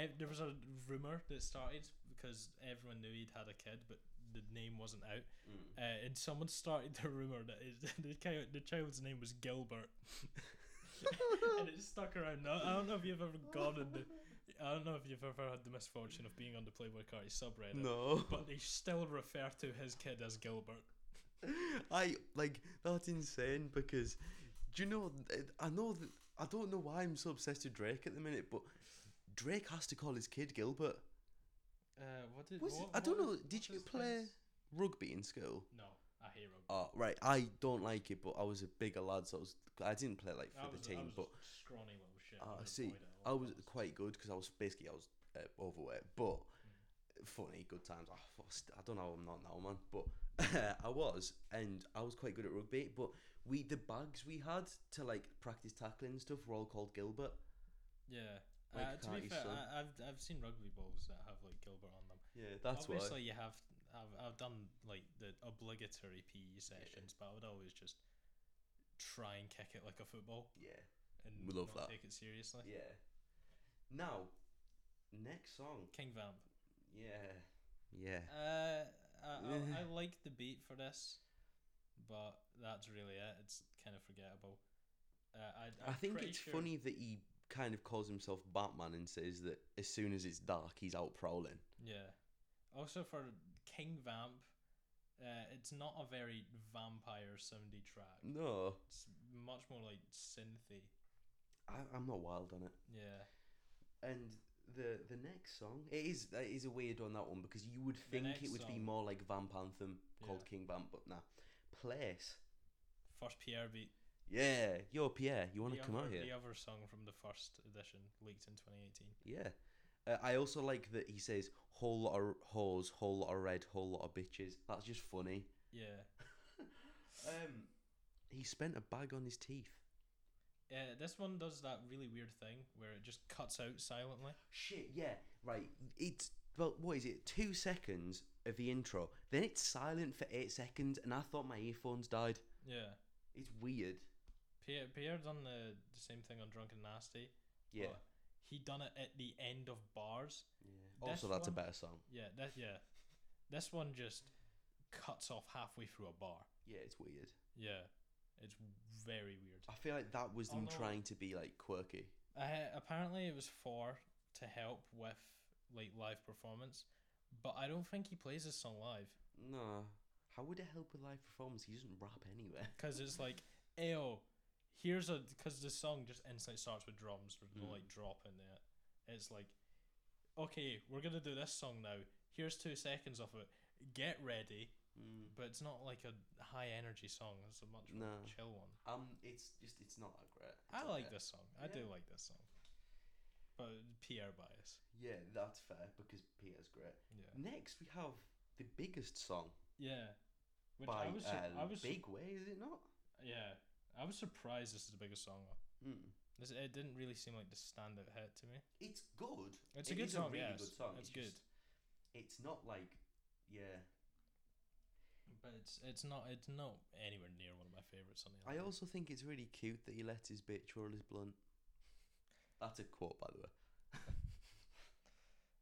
Speaker 2: ev- there was a rumour that started because everyone knew he'd had a kid, but the name wasn't out.
Speaker 1: Mm.
Speaker 2: Uh, and someone started the rumour that his, the, child, the child's name was Gilbert. and it stuck around. Now, I don't know if you've ever gone in the. I don't know if you've ever had the misfortune of being on the Playboy Carty subreddit,
Speaker 1: No.
Speaker 2: but they still refer to his kid as Gilbert.
Speaker 1: I like that's insane because do you know th- I know that I don't know why I'm so obsessed with Drake at the minute, but Drake has to call his kid Gilbert.
Speaker 2: Uh, what did
Speaker 1: Was it- I don't know, did you play- Rugby in school.
Speaker 2: No, I hate rugby.
Speaker 1: Oh right, I don't like it, but I was a bigger lad, so I was I didn't play like
Speaker 2: I
Speaker 1: for the
Speaker 2: was, I
Speaker 1: team,
Speaker 2: was
Speaker 1: but
Speaker 2: scrawny little shit.
Speaker 1: Ah,
Speaker 2: and
Speaker 1: I
Speaker 2: would
Speaker 1: see.
Speaker 2: avoid it at
Speaker 1: I
Speaker 2: all
Speaker 1: was
Speaker 2: costs.
Speaker 1: quite good because I was basically I was uh, overweight, but funny good times. Ah, fuck, st- I don't know, how I'm not now, man, but I was, and I was quite good at rugby. But we the bags we had to like practice tackling and stuff were all called Gilbert.
Speaker 2: Yeah.
Speaker 1: Like
Speaker 2: uh, to be
Speaker 1: Carty's
Speaker 2: fair,
Speaker 1: son.
Speaker 2: I, I've I've seen rugby balls that have like Gilbert on them.
Speaker 1: Yeah, that's why.
Speaker 2: Obviously, you have. I've, I've done like the obligatory PE sessions, but I would always just try and kick it like a football
Speaker 1: Yeah,
Speaker 2: and
Speaker 1: We love
Speaker 2: not
Speaker 1: that.
Speaker 2: take it seriously.
Speaker 1: yeah. Now, next song.
Speaker 2: King Vamp.
Speaker 1: Yeah, yeah.
Speaker 2: Uh, I, I, I
Speaker 1: Yeah.
Speaker 2: like the beat for this, but that's really it. It's kind of forgettable. Uh, I,
Speaker 1: I
Speaker 2: I'm
Speaker 1: think
Speaker 2: pretty
Speaker 1: it's
Speaker 2: sure-
Speaker 1: funny that he kind of calls himself Batman and says that as soon as it's dark, he's out prowling.
Speaker 2: Yeah. Also for King Vamp, uh, it's not a very vampire soundy track.
Speaker 1: No,
Speaker 2: It's much more like synthy.
Speaker 1: I, I'm not wild on it.
Speaker 2: Yeah.
Speaker 1: And the the next song, it is it is a weird on that one because you would think it
Speaker 2: next
Speaker 1: would be
Speaker 2: song.
Speaker 1: more like Vamp Anthem called
Speaker 2: Yeah.
Speaker 1: King Vamp, but nah. Place,
Speaker 2: First Pierre beat.
Speaker 1: yeah, yo Pierre, you want to
Speaker 2: the
Speaker 1: come
Speaker 2: other,
Speaker 1: out here?
Speaker 2: The other song from the first edition, leaked in 2018.
Speaker 1: Yeah. Uh, I also like that he says whole lot of hoes, whole lot of red, whole lot of bitches. That's just funny.
Speaker 2: Yeah.
Speaker 1: Um, he spent a bag on his teeth.
Speaker 2: Uh, this one does that really weird thing where it just cuts out silently.
Speaker 1: Shit, yeah, right. It's well, what is it? Two seconds of the intro, then it's silent for eight seconds, and I thought my earphones died.
Speaker 2: Yeah.
Speaker 1: It's weird.
Speaker 2: Pierre, Pierre done the, the same thing on Drunk and Nasty.
Speaker 1: Yeah.
Speaker 2: but he done it at the end of bars.
Speaker 1: yeah. Also,
Speaker 2: This
Speaker 1: that's a
Speaker 2: one-
Speaker 1: better song.
Speaker 2: Yeah, that yeah. This one just cuts off halfway through a bar.
Speaker 1: Yeah, it's weird.
Speaker 2: Yeah. It's very weird.
Speaker 1: I feel like that was them
Speaker 2: Although-
Speaker 1: trying to be like quirky.
Speaker 2: Uh, apparently it was for to help with like live performance, but I don't think he plays this song live
Speaker 1: No, how would it help with live performance? He doesn't rap anywhere.
Speaker 2: because it's like, ew, here's a because the song just instantly starts with drums with no
Speaker 1: Mm.
Speaker 2: like drop in there. It's like, okay, we're gonna do this song now. Here's two seconds of it. Get ready.
Speaker 1: Mm.
Speaker 2: But it's not like a high energy song. It's a much more
Speaker 1: No.
Speaker 2: chill one.
Speaker 1: Um, it's just it's not that great. It's
Speaker 2: I
Speaker 1: okay.
Speaker 2: like this song. I do
Speaker 1: Yeah.
Speaker 2: like this song. But Pierre bias.
Speaker 1: Yeah, that's fair because Peter's great.
Speaker 2: Yeah.
Speaker 1: Next, we have the biggest song
Speaker 2: Yeah. Which
Speaker 1: by
Speaker 2: I was, su-
Speaker 1: uh,
Speaker 2: I was su-
Speaker 1: Big Way, is it not?
Speaker 2: yeah. I was surprised this is the biggest song. though.
Speaker 1: Mm.
Speaker 2: This, it didn't really seem like the standout hit to me.
Speaker 1: It's good.
Speaker 2: It's
Speaker 1: It
Speaker 2: a good
Speaker 1: is
Speaker 2: song.
Speaker 1: really
Speaker 2: yes.
Speaker 1: good song.
Speaker 2: It's,
Speaker 1: it's
Speaker 2: good.
Speaker 1: just- It's not like, yeah.
Speaker 2: But it's it's not it's not anywhere near one of my favorites on the
Speaker 1: I
Speaker 2: album.
Speaker 1: also think it's really cute that he let his bitch roll his blunt. That's a quote, by the way.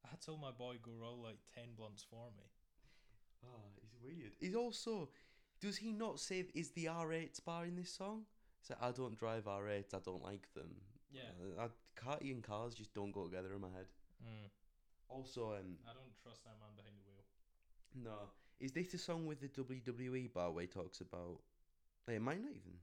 Speaker 2: I told my boy go roll like ten blunts for me.
Speaker 1: Oh, it's weird. He's also, does he not say is the R8 bar in this song? It's like I don't drive R8s. I don't like them.
Speaker 2: Yeah.
Speaker 1: uh, I, Carty and cars just don't go together in my head.
Speaker 2: Mm.
Speaker 1: Also, um,
Speaker 2: I don't trust that man behind the wheel.
Speaker 1: no, is this the song with the WWE bar where he talks about? It might not even.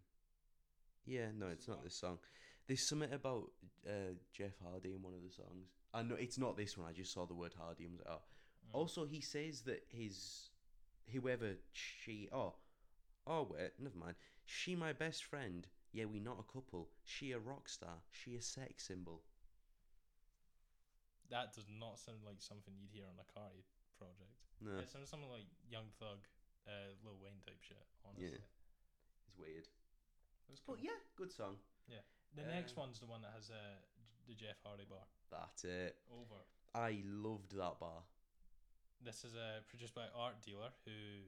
Speaker 1: Yeah, no,
Speaker 2: Is
Speaker 1: it's
Speaker 2: it
Speaker 1: not
Speaker 2: not?
Speaker 1: this song. There's something about uh, Jeff Hardy in one of the songs. I know it's not this one. I just saw the word Hardy. and was like, oh,
Speaker 2: Mm.
Speaker 1: Also, he says that his whoever she oh oh wait never mind. She my best friend. Yeah, we not a couple. She a rock star. She a sex symbol.
Speaker 2: that does not sound like something you'd hear on a Carti project.
Speaker 1: No.
Speaker 2: It sounds something like Young Thug, uh, Lil Wayne type shit. Honestly,
Speaker 1: weird.
Speaker 2: That's cool.
Speaker 1: But yeah, good song.
Speaker 2: The next one's the one that has uh, the Jeff Hardy bar.
Speaker 1: That's it.
Speaker 2: Over.
Speaker 1: I loved that bar.
Speaker 2: This is uh, produced by Art Dealer, who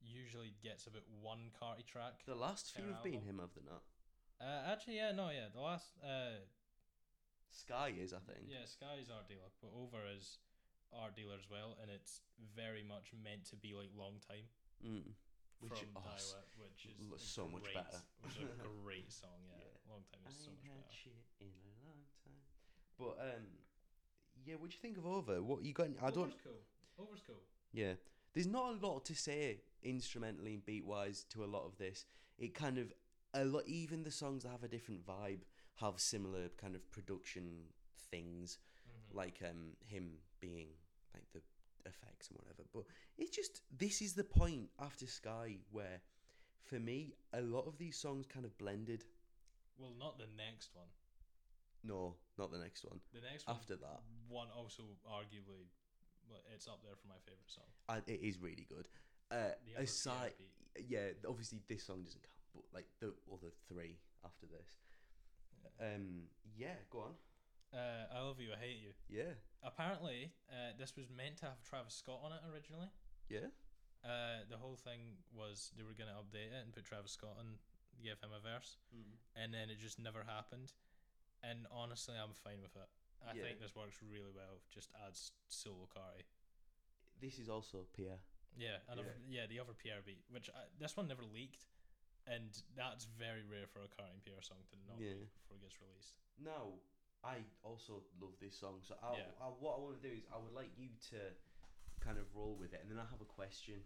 Speaker 2: usually gets about one Carty track.
Speaker 1: The last few
Speaker 2: Their
Speaker 1: have been
Speaker 2: album.
Speaker 1: him, have they not?
Speaker 2: Uh, actually, yeah, no, yeah. The last, uh,
Speaker 1: Sky is, I think.
Speaker 2: yeah, Sky is Art Dealer, but Over is Art Dealer as well, and it's very much meant to be like Long Time
Speaker 1: Mm. Which
Speaker 2: from
Speaker 1: oh, s-
Speaker 2: Daiwa, which is
Speaker 1: l-
Speaker 2: a
Speaker 1: so much
Speaker 2: great-
Speaker 1: better.
Speaker 2: Which is a great song, yeah.
Speaker 1: Yeah.
Speaker 2: Long Time
Speaker 1: I
Speaker 2: is so
Speaker 1: ain't
Speaker 2: much
Speaker 1: had
Speaker 2: better.
Speaker 1: shit in a long time. But um, yeah. What do you think of Over? What you got? In, I don't.
Speaker 2: Over's cool. Over's cool.
Speaker 1: Yeah. There's not a lot to say instrumentally and beat wise to a lot of this. It kind of a lot. Even the songs that have a different vibe have similar kind of production things,
Speaker 2: Mm.
Speaker 1: like um him being like the effects and whatever. But it just this is the point after Sky where, for me, a lot of these songs kind of blended.
Speaker 2: Well, not the next one.
Speaker 1: No, not the next one.
Speaker 2: The next one,
Speaker 1: After that,
Speaker 2: one also arguably, well, it's up there for my favorite song.
Speaker 1: I, it is really good. Uh,
Speaker 2: The other
Speaker 1: aside,
Speaker 2: PRP.
Speaker 1: yeah, obviously this song doesn't count, but like the other three after this. Um, yeah, go on.
Speaker 2: Uh, I love you, I hate you.
Speaker 1: Yeah,
Speaker 2: Apparently, uh, this was meant to have Travis Scott on it originally.
Speaker 1: yeah.
Speaker 2: Uh, the whole thing was they were going to update it and put Travis Scott on, give him a verse, and then it just never happened. And honestly, I'm fine with it. I
Speaker 1: Yeah.
Speaker 2: think this works really well. Just adds solo Kari.
Speaker 1: This is also Pierre.
Speaker 2: Yeah, and I've- yeah. the other Pierre beat, which I, this one never leaked, and that's very rare for a Kari and Pierre song to not
Speaker 1: Yeah.
Speaker 2: leak before it gets released.
Speaker 1: Now, I also love this song, so I,
Speaker 2: Yeah.
Speaker 1: I, what I want to do is I would like you to kind of roll with it, and then I have a question.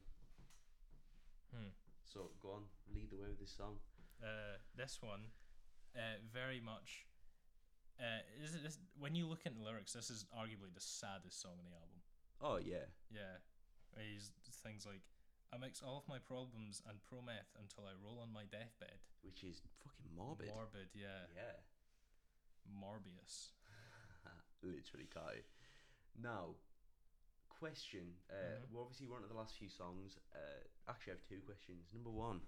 Speaker 2: Hmm.
Speaker 1: So go on, lead the way with this song.
Speaker 2: uh, this one uh, very much uh, is it this, when you look at the lyrics this is arguably the saddest song on the album
Speaker 1: Oh yeah,
Speaker 2: yeah he's things like i mix all of my problems and pro meth until i roll on my deathbed
Speaker 1: which is fucking morbid.
Speaker 2: morbid yeah
Speaker 1: yeah.
Speaker 2: morbius
Speaker 1: literally Kai. Now, question. Uh,
Speaker 2: Mm-hmm.
Speaker 1: We're obviously we're on to the last few songs. Uh, actually, I have two questions. Number one,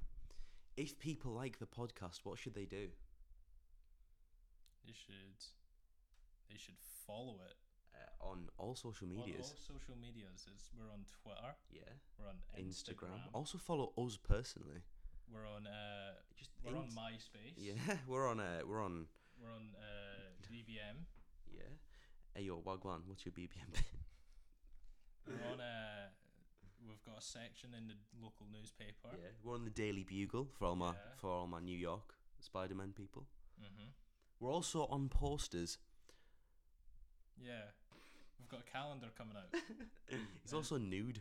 Speaker 1: if people like the podcast, what should they do?
Speaker 2: they should they should follow it
Speaker 1: Uh, on all social medias.
Speaker 2: on all social medias it's, we're on twitter
Speaker 1: yeah.
Speaker 2: we're on
Speaker 1: Instagram. Oh.
Speaker 2: instagram,
Speaker 1: Also follow us personally.
Speaker 2: we're on uh,
Speaker 1: Just
Speaker 2: we're on
Speaker 1: Inst-
Speaker 2: myspace
Speaker 1: Yeah, we're on. Uh, we're on.
Speaker 2: we're on uh, dbm
Speaker 1: Yeah. Hey yo, Wagwan, what's your BBM?
Speaker 2: We're on a. We've got a section in the local newspaper.
Speaker 1: yeah, we're on the Daily Bugle for all my
Speaker 2: Yeah.
Speaker 1: for all my New York Spider Man people.
Speaker 2: hmm
Speaker 1: We're also on posters.
Speaker 2: Yeah. We've got a calendar coming out,
Speaker 1: It's also nude.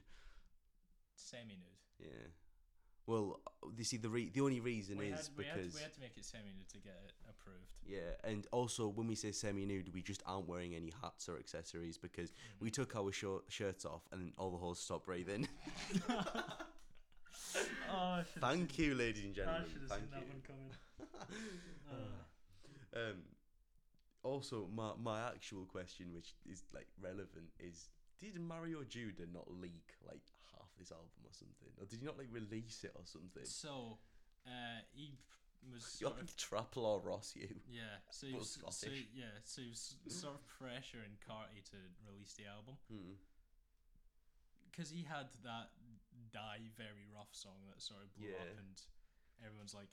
Speaker 2: semi-nude.
Speaker 1: Yeah. Well, you see, the re- the only reason
Speaker 2: We had,
Speaker 1: is
Speaker 2: we, had,
Speaker 1: because
Speaker 2: we had to make it semi-nude to get it approved.
Speaker 1: yeah, and also when we say semi-nude, we just aren't wearing any hats or accessories because we took our shor- shirts off and all the holes stopped breathing.
Speaker 2: Oh,
Speaker 1: Thank you, ladies and gentlemen. Thank you.
Speaker 2: coming. Uh,
Speaker 1: Um, also, my my actual question, which is like relevant, is did Mario Judah not leak like half his album or something, or did he not like release it or something?
Speaker 2: so, uh, he was
Speaker 1: You're
Speaker 2: sort of
Speaker 1: like Trap Law Ross, you.
Speaker 2: yeah. So, he
Speaker 1: Well,
Speaker 2: was, so
Speaker 1: Scottish.
Speaker 2: yeah. So he was sort of pressuring Carty to release the album
Speaker 1: Hmm.
Speaker 2: because he had that die very rough song that sort of blew
Speaker 1: Yeah.
Speaker 2: up and everyone's like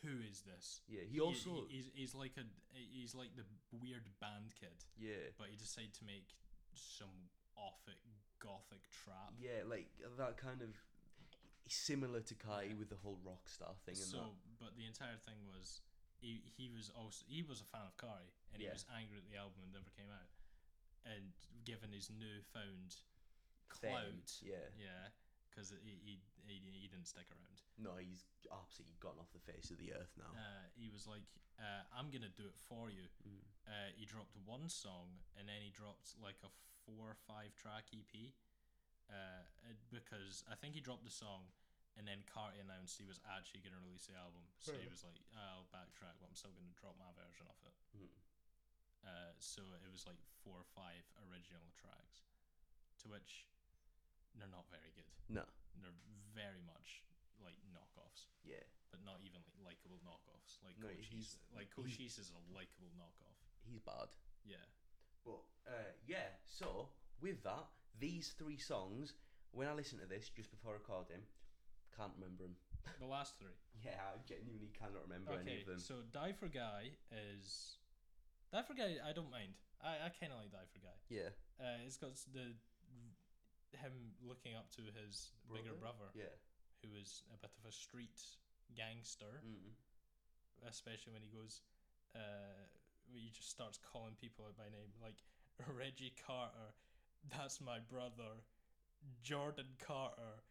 Speaker 2: who is this
Speaker 1: Yeah, he also
Speaker 2: he's, he's like a he's like the weird band kid
Speaker 1: yeah.
Speaker 2: but he decided to make some offic gothic trap
Speaker 1: Yeah, like that kind of similar to Kai with the whole rock star thing and
Speaker 2: so but the entire thing was he, he was also he was a fan of Kari and
Speaker 1: Yeah.
Speaker 2: he was angry at the album and never came out and given his newfound
Speaker 1: that. Fame,
Speaker 2: clout
Speaker 1: Yeah.
Speaker 2: yeah because he, he, he, he didn't stick around
Speaker 1: No, he's absolutely gone off the face of the earth now.
Speaker 2: uh, he was like, uh, "I'm gonna do it for you." Uh, he dropped one song, and then he dropped like a four or five track EP, uh, uh, because I think he dropped the song, and then Carti announced he was actually gonna release the album. So he
Speaker 1: Right.
Speaker 2: was like, "I'll backtrack, but I'm still gonna drop my version of it."
Speaker 1: Mm.
Speaker 2: Uh, so it was like four or five original tracks, to which they're not very good.
Speaker 1: No.
Speaker 2: They're very much like knockoffs,
Speaker 1: Yeah.
Speaker 2: but not even like likable knockoffs. Like
Speaker 1: No,
Speaker 2: Coach
Speaker 1: he's-
Speaker 2: East, like
Speaker 1: he-
Speaker 2: Coach East is a likable knockoff.
Speaker 1: He's bad.
Speaker 2: Yeah,
Speaker 1: But uh, yeah, so with that, these three songs, when I listened to this just before recording, can't remember them.
Speaker 2: the last three.
Speaker 1: Yeah, I genuinely cannot remember any
Speaker 2: Okay,
Speaker 1: of them.
Speaker 2: so Die for Guy is Die for Guy. I don't mind. I I kind of like Die for Guy.
Speaker 1: yeah,
Speaker 2: Uh, it's got s- the him looking up to his bigger brother,
Speaker 1: yeah,
Speaker 2: who is a bit of a street gangster.
Speaker 1: mm.
Speaker 2: especially when he goes, uh, when he just starts calling people out by name, like Reggie Carter, that's my brother, Jordan Carter,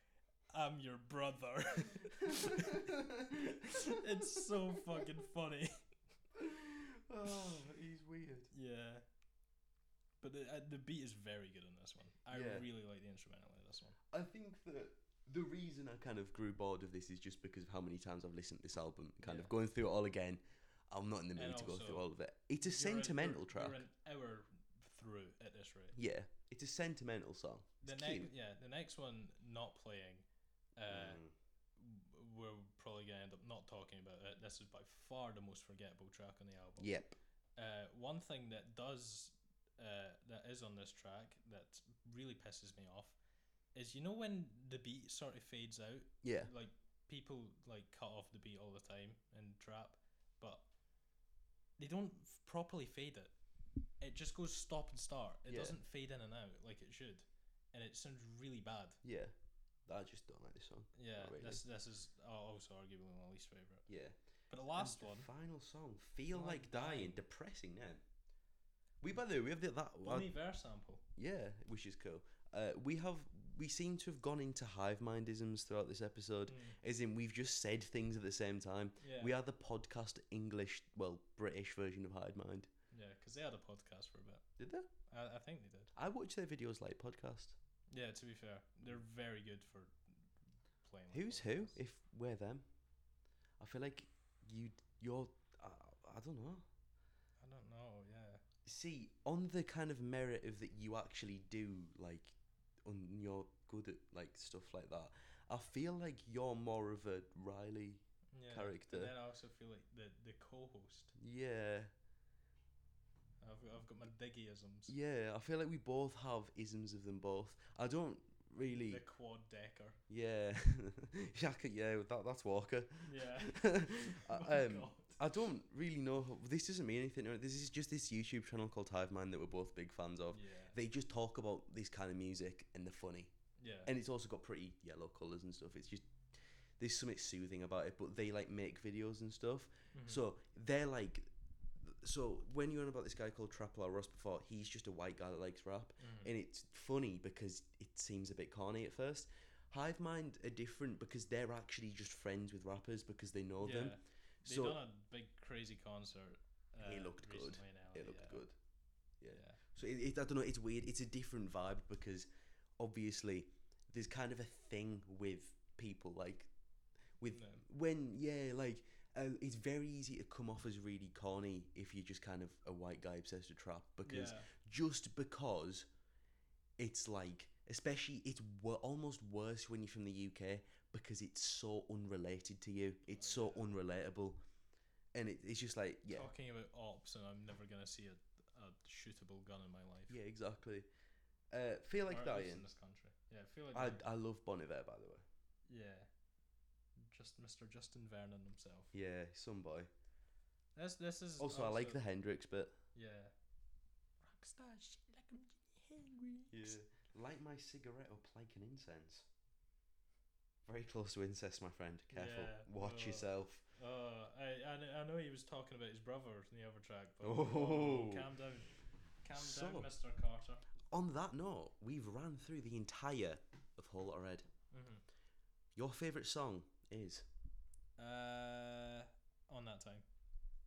Speaker 2: I'm your brother. it's so fucking funny.
Speaker 1: oh, he's weird.
Speaker 2: Yeah. But the, uh, the beat is very good on this one. I
Speaker 1: Yeah.
Speaker 2: really like the instrumental of this one.
Speaker 1: I think that the reason I kind of grew bored of this is just because of how many times I've listened to this album. Kind of
Speaker 2: Yeah.
Speaker 1: going through it all again. I'm not in the mood
Speaker 2: And
Speaker 1: to go through all
Speaker 2: also,
Speaker 1: of it. It's a
Speaker 2: You're an-
Speaker 1: sentimental
Speaker 2: you're-
Speaker 1: track.
Speaker 2: You're an hour through at this rate.
Speaker 1: yeah, it's a sentimental song.
Speaker 2: The
Speaker 1: It's
Speaker 2: next,
Speaker 1: cute.
Speaker 2: yeah, the next one not playing. Uh,
Speaker 1: Mm.
Speaker 2: w- we're probably gonna end up not talking about it. This is by far the most forgettable track on the album.
Speaker 1: Yep.
Speaker 2: Uh, one thing that does uh, that is on this track that really pisses me off is you know when the beat sort of fades out,
Speaker 1: Yeah.
Speaker 2: like people like cut off the beat all the time in trap, but they don't f- properly fade it. It just goes stop and start. It
Speaker 1: Yeah.
Speaker 2: doesn't fade in and out like it should, and it sounds really bad.
Speaker 1: Yeah. I just don't like this song.
Speaker 2: Yeah,
Speaker 1: Not really.
Speaker 2: this this is uh, also arguably my least favorite.
Speaker 1: Yeah.
Speaker 2: But the
Speaker 1: And
Speaker 2: last
Speaker 1: the
Speaker 2: one,
Speaker 1: Final song. Feel
Speaker 2: Feel
Speaker 1: Mm. like
Speaker 2: Like
Speaker 1: dying.
Speaker 2: Dying.
Speaker 1: Depressing now. We by the way we have the, that. uh,
Speaker 2: Bonnie Ver sample.
Speaker 1: yeah, which is cool. Uh, we have we seem to have gone into hive mindisms throughout this episode, as in we've just said things at the same time.
Speaker 2: Mm, Yeah,
Speaker 1: We are the podcast English, well British version of hive mind.
Speaker 2: yeah, because they had a podcast for a bit.
Speaker 1: Did they?
Speaker 2: I, I think they did.
Speaker 1: I watch their videos like podcast.
Speaker 2: Yeah, to be fair, they're very good for playing. like
Speaker 1: Who's who?
Speaker 2: podcasts.
Speaker 1: If we're them, I feel like you you're. I, I don't know.
Speaker 2: I don't know. Yeah,
Speaker 1: See, on the kind of merit of that you actually do like, on you're good at like stuff like that. I feel like you're more of a Riley.
Speaker 2: yeah.
Speaker 1: Character.
Speaker 2: And then I also feel like the the co-host.
Speaker 1: Yeah,
Speaker 2: I've I've got my diggyisms.
Speaker 1: yeah. I feel like we both have isms of them both. I don't really.
Speaker 2: The quad decker.
Speaker 1: Yeah, Shaka. Yeah, that that's Walker.
Speaker 2: Yeah.
Speaker 1: Uh,
Speaker 2: Oh my
Speaker 1: um,
Speaker 2: God.
Speaker 1: I don't really know. How, this doesn't mean anything. or- This is just this YouTube channel called Hive Mind that we're both big fans of.
Speaker 2: Yeah.
Speaker 1: They just talk about this kind of music and the funny.
Speaker 2: Yeah.
Speaker 1: and it's also got pretty yellow colours and stuff. It's just there's something soothing about it, but they like make videos and stuff.
Speaker 2: Mhm.
Speaker 1: So they're like, so when you're on about this guy called Trapala Ross before, he's just a white guy that likes rap,
Speaker 2: Mhm.
Speaker 1: and it's funny because it seems a bit corny at first. Hive Mind are different because they're actually just friends with rappers because they know them.
Speaker 2: Yeah. They
Speaker 1: So
Speaker 2: done a big crazy concert. Uh,
Speaker 1: It looked good.
Speaker 2: recently in LA,
Speaker 1: it looked
Speaker 2: yeah.
Speaker 1: good. Yeah.
Speaker 2: yeah.
Speaker 1: So it, it, I don't know. It's weird. It's a different vibe because obviously there's kind of a thing with people like with
Speaker 2: No.
Speaker 1: when yeah like uh, it's very easy to come off as really corny if you're just kind of a white guy obsessed with trap because
Speaker 2: yeah.
Speaker 1: just because it's like especially it's wo- almost worse when you're from the UK because it's so unrelated to you. It's
Speaker 2: Oh,
Speaker 1: so unrelatable, and it, it's just like yeah.
Speaker 2: talking about ops and I'm never gonna see a, a shootable gun in my life.
Speaker 1: Yeah, exactly. Uh, feel
Speaker 2: Or
Speaker 1: like
Speaker 2: at least
Speaker 1: dying.
Speaker 2: in this country. Yeah, I feel like
Speaker 1: I,
Speaker 2: dying.
Speaker 1: I love Bon Iver, by the way.
Speaker 2: yeah, just Mr. Justin Vernon himself.
Speaker 1: Yeah, some boy.
Speaker 2: This this is
Speaker 1: Also, I like the Hendrix bit.
Speaker 2: yeah. Rockstar shit like I'm Jimi Hendrix.
Speaker 1: Light my cigarette up like an incense. Very close to incest, my friend. Careful.
Speaker 2: Yeah,
Speaker 1: Watch
Speaker 2: oh.
Speaker 1: yourself.
Speaker 2: Uh, I, I kn- I know he was talking about his brother in the other track, but
Speaker 1: Oh.
Speaker 2: calm down, calm
Speaker 1: So-
Speaker 2: down, Mr. Carter.
Speaker 1: On that note, we've ran through the entire of Whole Lotta Red.
Speaker 2: Mm-hmm.
Speaker 1: Your favourite song is,
Speaker 2: Uh, on that time.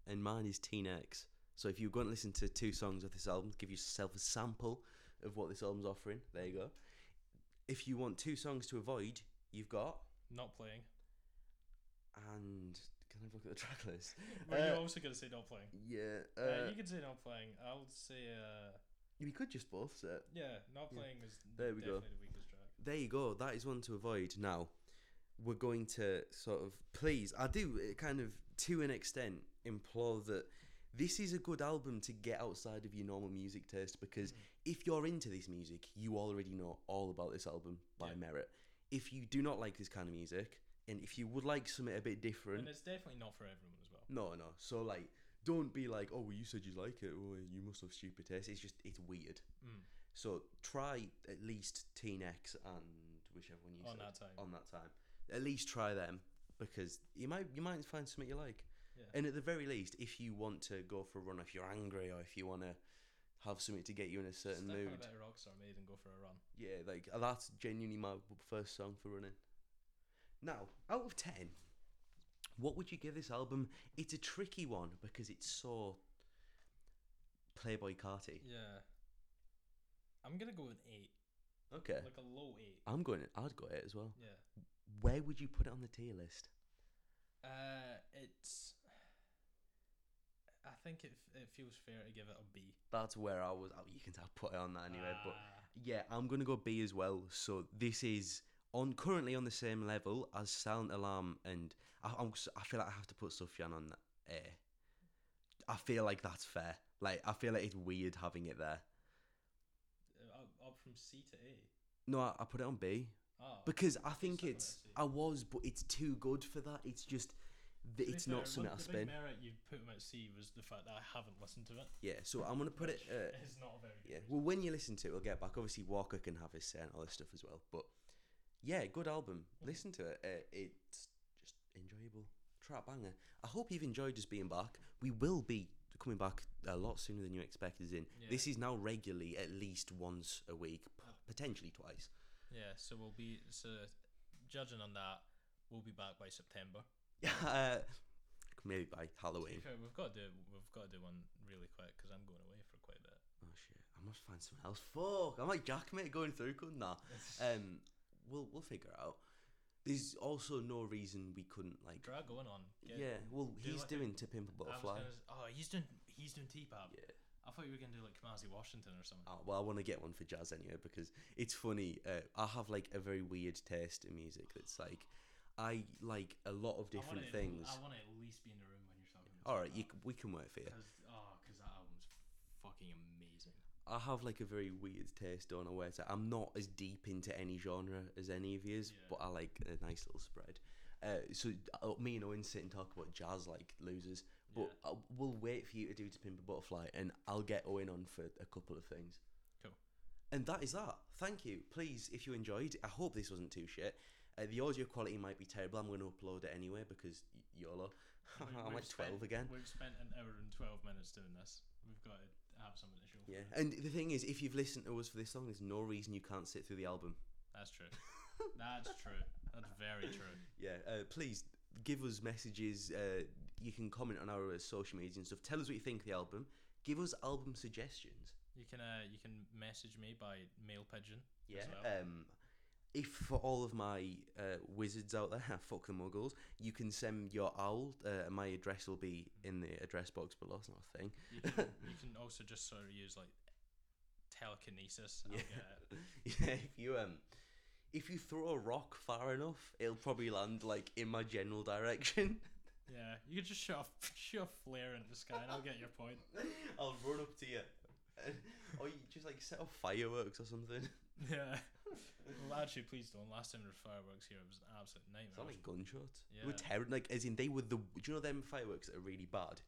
Speaker 1: and mine is Teen X. So if you go and listen to two songs of this album, give yourself a sample of what this album's offering. There you go. If you want two songs to avoid, you've got
Speaker 2: Not playing.
Speaker 1: and can I have a look at the track list?
Speaker 2: Were you
Speaker 1: Uh,
Speaker 2: also gonna say not playing?
Speaker 1: Yeah, uh,
Speaker 2: Uh, you can say not playing. I'll say uh,
Speaker 1: we could just both set.
Speaker 2: yeah, not
Speaker 1: Yeah.
Speaker 2: playing is
Speaker 1: There we go.
Speaker 2: definitely the weakest track.
Speaker 1: There you go. That is one to avoid. Now, we're going to sort of please i do uh, kind of to an extent implore that this is a good album to get outside of your normal music taste because if you're into this music you already know all about this album by
Speaker 2: Yeah.
Speaker 1: merit if you do not like this kind of music and if you would like something a bit different
Speaker 2: And it's definitely not for everyone as well.
Speaker 1: no no so like don't be like oh well, you said you like it oh you must have stupid taste it's just it's weird
Speaker 2: Mm.
Speaker 1: so try at least Teen X and whichever one you said
Speaker 2: On that time.
Speaker 1: on that time. At least try them because you might you might find something you like.
Speaker 2: Yeah.
Speaker 1: And at the very least, if you want to go for a run, if you're angry or if you want to have something to get you in a certain
Speaker 2: Stick
Speaker 1: mood,
Speaker 2: on a bit of Rockstar Maid and go for a run.
Speaker 1: yeah, like uh, that's genuinely my w- first song for running. Now, out of ten, what would you give this album? It's a tricky one because it's so Playboy Carty.
Speaker 2: Yeah. I'm gonna go with eight,
Speaker 1: Okay,
Speaker 2: like a low eight.
Speaker 1: I'm going. I'd go it as well.
Speaker 2: Yeah.
Speaker 1: Where would you put it on the tier list?
Speaker 2: Uh, it's. I think it f- it feels fair to give it a B.
Speaker 1: That's where I was. Oh, you can tell I put it on that anyway. But
Speaker 2: Ah,
Speaker 1: yeah, I'm gonna go B as well. So this is on currently on the same level as Silent Alarm, and I, I'm, s- I feel like I have to put Sufjan on A. I feel like that's fair. Like I feel like it's weird having it there.
Speaker 2: uh, up, up from C to A.
Speaker 1: No, I, I put it on B
Speaker 2: Oh,
Speaker 1: because I
Speaker 2: it's
Speaker 1: think
Speaker 2: similar,
Speaker 1: it's
Speaker 2: actually.
Speaker 1: I was, but it's too good for that. It's just that
Speaker 2: To be
Speaker 1: it's
Speaker 2: fair,
Speaker 1: not something I
Speaker 2: one- the
Speaker 1: spin.
Speaker 2: big merit you put him at C was the fact that I haven't listened to it.
Speaker 1: Yeah, so I'm gonna put it.
Speaker 2: which
Speaker 1: Uh,
Speaker 2: is not a very good.
Speaker 1: Yeah.
Speaker 2: reason.
Speaker 1: Well, when you listen to it, we'll get back. Obviously, Walker can have his say and all this stuff as well. But yeah, good album. Listen to it. Uh, it's just enjoyable. Trap banger. I hope you've enjoyed us being back. We will be coming back a lot sooner than you expected. In
Speaker 2: Yeah.
Speaker 1: this is now regularly at least once a week, p- potentially twice.
Speaker 2: Yeah, so we'll be so judging on that, we'll be back by September.
Speaker 1: uh, maybe by
Speaker 2: To be
Speaker 1: Halloween.
Speaker 2: fair, We've got to do we've got to do one really quick because I'm going away for quite a bit.
Speaker 1: Oh shit! I must find someone else. Fuck! I'm like Jack, mate, going through. Couldn't I? Um, we'll we'll figure it out. There's also no reason we couldn't like
Speaker 2: Drag going on. Get-
Speaker 1: Yeah, well,
Speaker 2: Do
Speaker 1: he's
Speaker 2: like-
Speaker 1: doing to pimp a
Speaker 2: I was
Speaker 1: butterfly.
Speaker 2: gonna s- oh, he's doing he's doing T-Pop.
Speaker 1: Yeah.
Speaker 2: I thought you were gonna do like Kamasi Washington or something.
Speaker 1: Oh, well, I want to get one for jazz anyway because it's funny. Uh, I have like a very weird taste in music. That's like, I like a lot of
Speaker 2: I wanna
Speaker 1: different
Speaker 2: at-
Speaker 1: things.
Speaker 2: I want to at least be in the room when you're talking.
Speaker 1: All right, you, c- we can work for you.
Speaker 2: Because oh, 'cause that album's fucking amazing.
Speaker 1: I have like a very weird taste. Don't know where to. I'm not as deep into any genre as any of you,
Speaker 2: Yeah.
Speaker 1: but I like a nice little spread. Uh, so uh, me and Owen sit and talk about jazz like losers, but uh we'll wait for you to do to pimp a butterfly, and I'll get Owen on for a couple of things.
Speaker 2: Cool.
Speaker 1: And that is that. Thank you. Please, if you enjoyed, I hope this wasn't too shit. Uh, the audio quality might be terrible. I'm going to upload it anyway because y- YOLO.
Speaker 2: We-
Speaker 1: I'm
Speaker 2: we've
Speaker 1: like 12
Speaker 2: spent-
Speaker 1: again.
Speaker 2: We've spent an hour and 12 minutes doing this. We've got to have something to show. for
Speaker 1: Yeah.
Speaker 2: it.
Speaker 1: And the thing is, if you've listened to us for this long, there's no reason you can't sit through the album.
Speaker 2: That's true. That's true. That's very true.
Speaker 1: Yeah, uh, please give us messages. Uh, you can comment on our uh, social media and stuff. Tell us what you think of the album. Give us album suggestions.
Speaker 2: You can uh, you can message me by mail pigeon.
Speaker 1: Yeah.
Speaker 2: As well.
Speaker 1: Um, if for all of my uh, wizards out there, fuck the muggles, you can send your owl. Uh, my address will be in the address box below. It's not a thing.
Speaker 2: You can, you can also just sort of use like telekinesis. And
Speaker 1: Yeah.
Speaker 2: I'll get it.
Speaker 1: yeah, if you um, if you throw a rock far enough, it'll probably land like in my general direction.
Speaker 2: Yeah. You can just shoot a, shoot a flare into the sky and I'll get your point.
Speaker 1: I'll run up to you, or you just like set off fireworks or something.
Speaker 2: Yeah. Well, actually, please don't. Last time there was fireworks here, it was an absolute
Speaker 1: It's not
Speaker 2: nightmare.
Speaker 1: like gunshots. They were
Speaker 2: Yeah.
Speaker 1: terrible. Like, as in, they were the. Do you know them fireworks that are really bad?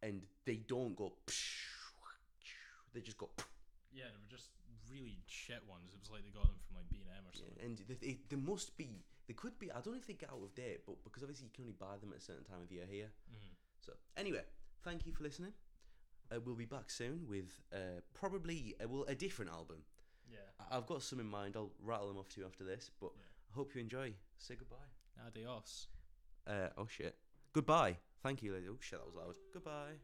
Speaker 1: And they don't go. They just go.
Speaker 2: Yeah, they were just really shit ones. It was like they got them from like B and M or something.
Speaker 1: And they, they, they must be. They could be. I don't know if they get out of date, but because obviously you can only buy them at a certain time of year here.
Speaker 2: Mhm.
Speaker 1: So, anyway, thank you for listening. Uh, we'll be back soon with uh, probably uh, well a different album.
Speaker 2: Yeah.
Speaker 1: I- I've got some in mind. I'll rattle them off to you after this. But
Speaker 2: Yeah.
Speaker 1: I hope you enjoy. Say goodbye.
Speaker 2: Adios.
Speaker 1: Uh, oh shit. Goodbye. Thank you, lady. Oh shit, that was loud. Goodbye.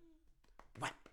Speaker 1: Whack.